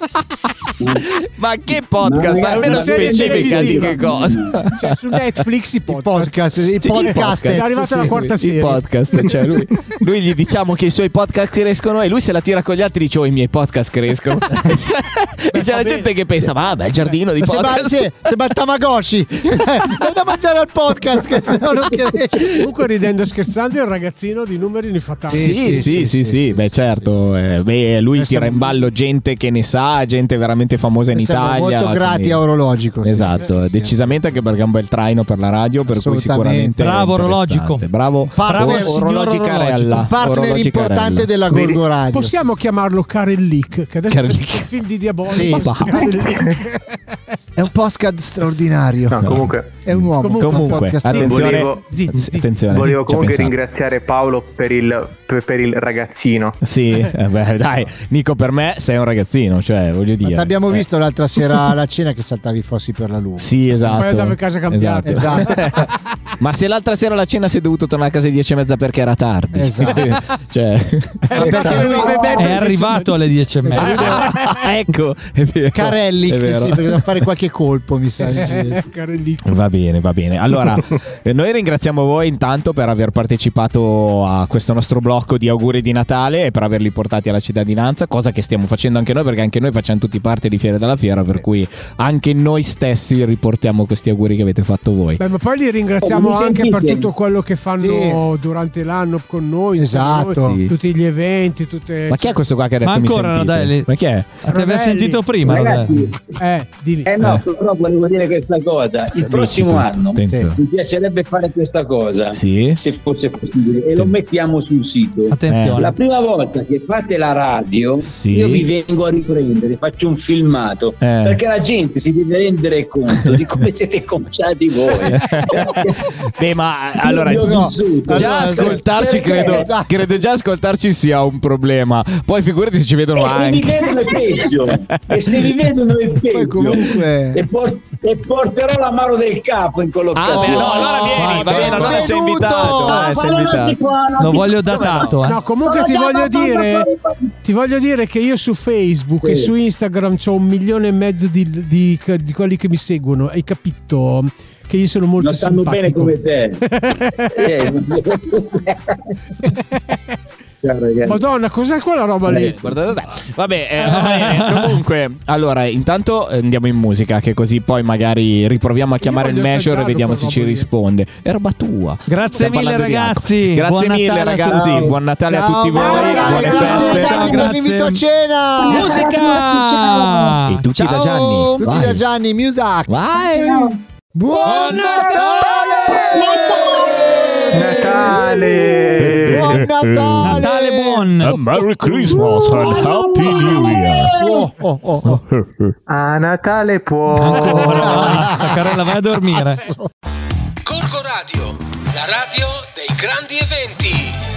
[SPEAKER 3] Ma che podcast?
[SPEAKER 1] Ma-
[SPEAKER 3] Almeno
[SPEAKER 1] ma-
[SPEAKER 3] specifica di
[SPEAKER 2] televisiva.
[SPEAKER 3] che cosa?
[SPEAKER 2] Cioè, su Netflix i
[SPEAKER 4] I
[SPEAKER 2] podcast.
[SPEAKER 4] podcast, i
[SPEAKER 3] Sì, i
[SPEAKER 4] podcast.
[SPEAKER 3] podcast.
[SPEAKER 2] È arrivata la quarta
[SPEAKER 3] I
[SPEAKER 2] serie.
[SPEAKER 3] podcast, cioè lui, lui gli diciamo che i suoi podcast crescono e lui se la tira con gli altri dice oh i miei podcast
[SPEAKER 4] <laughs>
[SPEAKER 3] crescono. Cioè, e c'è
[SPEAKER 2] va
[SPEAKER 3] la
[SPEAKER 2] bene.
[SPEAKER 3] gente che pensa vabbè il giardino di
[SPEAKER 4] Se
[SPEAKER 3] podcast.
[SPEAKER 4] batte, se batte <laughs> Tamagotchi, è da mangiare al podcast. Che se no non cresce.
[SPEAKER 2] Comunque ridendo e scherzando il ragazzino di numeri ne fa tanti.
[SPEAKER 3] Sì, sì, sì, sì, beh certo, eh, beh, lui
[SPEAKER 4] Adesso-
[SPEAKER 3] tira in ballo gente che ne sa, gente veramente famosa in
[SPEAKER 4] Siamo
[SPEAKER 3] Italia.
[SPEAKER 4] molto
[SPEAKER 3] quindi-
[SPEAKER 4] grati a orologico. sì,
[SPEAKER 3] Esatto,
[SPEAKER 4] sì, sì.
[SPEAKER 3] decisamente anche perché è un bel traino per la radio, per cui
[SPEAKER 4] Assolutamente.
[SPEAKER 3] sicuramente... è
[SPEAKER 5] Bravo
[SPEAKER 3] interessante.
[SPEAKER 5] orologico.
[SPEAKER 3] Bravo,
[SPEAKER 4] Partner,
[SPEAKER 3] or-
[SPEAKER 4] signor
[SPEAKER 3] orologica
[SPEAKER 5] orologico.
[SPEAKER 3] Rella.
[SPEAKER 4] Partner
[SPEAKER 3] orologica
[SPEAKER 4] importante
[SPEAKER 3] Rella.
[SPEAKER 4] della
[SPEAKER 9] Vedi?
[SPEAKER 4] Gorgo Radio.
[SPEAKER 2] Possiamo chiamarlo Karen Leak, che adesso è
[SPEAKER 3] Karen
[SPEAKER 2] il
[SPEAKER 3] Leak.
[SPEAKER 2] film di Diabolico.
[SPEAKER 4] Sì.
[SPEAKER 2] Karen Leak.
[SPEAKER 4] È un podcast straordinario.
[SPEAKER 9] No, comunque,
[SPEAKER 4] È un uomo.
[SPEAKER 2] Comunque-
[SPEAKER 3] Comunque,
[SPEAKER 4] podcast-
[SPEAKER 3] attenzione,
[SPEAKER 9] Volevo-
[SPEAKER 2] Zitti, zitti.
[SPEAKER 3] attenzione,
[SPEAKER 9] volevo
[SPEAKER 3] ci ha
[SPEAKER 9] comunque
[SPEAKER 3] pensato.
[SPEAKER 9] ringraziare Paolo per il, per- per il ragazzino.
[SPEAKER 3] Sì, eh, beh, <laughs> dai, Nico, per me sei un ragazzino, cioè, voglio
[SPEAKER 4] Ma
[SPEAKER 3] dire.
[SPEAKER 4] T'abbiamo
[SPEAKER 3] Eh,
[SPEAKER 4] visto l'altra sera alla cena che saltavi i fossi per la luna.
[SPEAKER 3] Sì, esatto.
[SPEAKER 2] Poi andavo a casa cambiato.
[SPEAKER 3] <laughs> Esatto. Ma se l'altra sera alla cena sei dovuto tornare a casa alle 10 e mezza perché era tardi.
[SPEAKER 4] Esatto.
[SPEAKER 3] <laughs>
[SPEAKER 4] <laughs>
[SPEAKER 3] cioè...
[SPEAKER 2] Eh, perché lui è bello.
[SPEAKER 5] È arrivato alle 10 e mezza.
[SPEAKER 3] Ah, <laughs> ecco, è vero.
[SPEAKER 4] Carelli,
[SPEAKER 3] È
[SPEAKER 4] che
[SPEAKER 3] vero. <laughs>
[SPEAKER 4] sì, perché devo fare qualche colpo, mi sa.
[SPEAKER 2] Karen Leak.
[SPEAKER 3] Va bene, va bene.
[SPEAKER 5] <laughs>
[SPEAKER 3] Allora, eh, noi ringraziamo voi intanto per aver partecipato a questo nostro blocco di auguri di Natale e per averli portati alla cittadinanza, cosa che stiamo facendo anche noi perché anche noi facciamo tutti parte di Fiere dalla Fiera, per cui anche noi stessi riportiamo questi auguri che avete fatto voi.
[SPEAKER 2] Beh, ma poi li ringraziamo
[SPEAKER 1] Oh, mi
[SPEAKER 2] anche
[SPEAKER 1] sentite?
[SPEAKER 2] per tutto quello che fanno
[SPEAKER 4] Sì.
[SPEAKER 2] durante l'anno con noi,
[SPEAKER 4] Esatto.
[SPEAKER 2] con noi,
[SPEAKER 3] Sì.
[SPEAKER 2] tutti ggli eventi, tutte...
[SPEAKER 3] Ma chi è questo qua che ha detto
[SPEAKER 5] Ma ancora,
[SPEAKER 3] mi sentite?
[SPEAKER 5] Rodelli?
[SPEAKER 3] Ma chi è?
[SPEAKER 5] Ti aveva
[SPEAKER 2] Rodelli.
[SPEAKER 5] sentito prima, Rodelli.
[SPEAKER 1] Ragazzi,
[SPEAKER 2] Eh, dimmi.
[SPEAKER 1] eh no,
[SPEAKER 3] Eh.
[SPEAKER 1] purtroppo devo dire questa cosa. Il prossimo
[SPEAKER 3] Dici tu,
[SPEAKER 1] anno
[SPEAKER 3] attenzione.
[SPEAKER 1] mi piacerebbe fare questa cosa,
[SPEAKER 3] Sì.
[SPEAKER 1] se fosse possibile, e lo mettiamo sul sito.
[SPEAKER 5] Attenzione.
[SPEAKER 1] La prima volta che fate la radio,
[SPEAKER 3] Sì.
[SPEAKER 1] io vi vengo a riprendere, faccio un filmato
[SPEAKER 3] Eh.
[SPEAKER 1] perché la gente si deve rendere conto di
[SPEAKER 3] <laughs>
[SPEAKER 1] come siete conciati voi.
[SPEAKER 3] Beh, ma eh, allora
[SPEAKER 1] Io vi ho
[SPEAKER 3] no,
[SPEAKER 1] vissuto.
[SPEAKER 3] già
[SPEAKER 1] Allora,
[SPEAKER 3] ascoltarci
[SPEAKER 1] perché? Esatto.
[SPEAKER 3] credo, credo già ascoltarci sia un problema. Poi figurati se ci vedono
[SPEAKER 1] E se vi
[SPEAKER 3] anche.
[SPEAKER 1] vedono è peggio, e se vi vedono è peggio.
[SPEAKER 4] Poi comunque-
[SPEAKER 1] E, por- e porterò la mano del capo in
[SPEAKER 3] Ah, beh,
[SPEAKER 1] collocazione.
[SPEAKER 3] no, allora vieni, va bene, allora sei
[SPEAKER 4] benvenuto!
[SPEAKER 3] invitato.
[SPEAKER 8] No,
[SPEAKER 3] eh, sei
[SPEAKER 8] quello non si
[SPEAKER 3] invitato.
[SPEAKER 8] può, non
[SPEAKER 5] Lo
[SPEAKER 8] si
[SPEAKER 5] voglio
[SPEAKER 8] può.
[SPEAKER 5] datato, eh.
[SPEAKER 2] No, comunque
[SPEAKER 8] Sono
[SPEAKER 2] ti
[SPEAKER 8] già
[SPEAKER 2] voglio
[SPEAKER 8] abbastanza
[SPEAKER 2] dire
[SPEAKER 8] fuori-
[SPEAKER 2] ti voglio dire che io su Facebook
[SPEAKER 1] Sì.
[SPEAKER 2] e su Instagram ho un milione e mezzo di, di- di quelli che mi seguono. Hai capito? Che io sono molto
[SPEAKER 1] Non
[SPEAKER 2] <laughs>
[SPEAKER 1] sanno bene
[SPEAKER 2] simpatico.
[SPEAKER 1] come te. Eh,
[SPEAKER 7] Ciao ragazzi.
[SPEAKER 2] Madonna, cos'è quella roba lì?
[SPEAKER 3] Eh, guarda da te. Vabbè, eh, va bene. comunque, allora, intanto eh, andiamo in musica, che così poi magari riproviamo a chiamare il
[SPEAKER 2] voglio
[SPEAKER 3] Major e
[SPEAKER 2] assaggiare
[SPEAKER 3] vediamo
[SPEAKER 2] quella
[SPEAKER 3] se ci
[SPEAKER 2] roba lì.
[SPEAKER 3] risponde. È roba tua.
[SPEAKER 5] Grazie
[SPEAKER 3] Stiamo
[SPEAKER 5] mille
[SPEAKER 3] parlando di alcol.
[SPEAKER 5] ragazzi.
[SPEAKER 3] Grazie
[SPEAKER 5] Buon
[SPEAKER 3] mille
[SPEAKER 5] Natale a
[SPEAKER 3] ragazzi,
[SPEAKER 5] tutti.
[SPEAKER 3] buon Natale a tutti voi, buone
[SPEAKER 4] grazie
[SPEAKER 3] feste.
[SPEAKER 4] ragazzi per
[SPEAKER 5] Grazie.
[SPEAKER 4] l'invito a cena.
[SPEAKER 5] Musica!
[SPEAKER 3] E tutti da
[SPEAKER 5] Ciao!
[SPEAKER 3] Gianni.
[SPEAKER 4] Tutti da Gianni, music.
[SPEAKER 3] Vai.
[SPEAKER 4] Buon Natale!
[SPEAKER 11] Natale!
[SPEAKER 4] Buon Natale!
[SPEAKER 5] Natale buon!
[SPEAKER 3] Merry Christmas and Happy New Year.
[SPEAKER 4] Oh, oh, oh, oh.
[SPEAKER 11] A Natale può...
[SPEAKER 5] Ancora, basta, Carola, vai a dormire.
[SPEAKER 1] Corco Radio, la radio dei grandi eventi.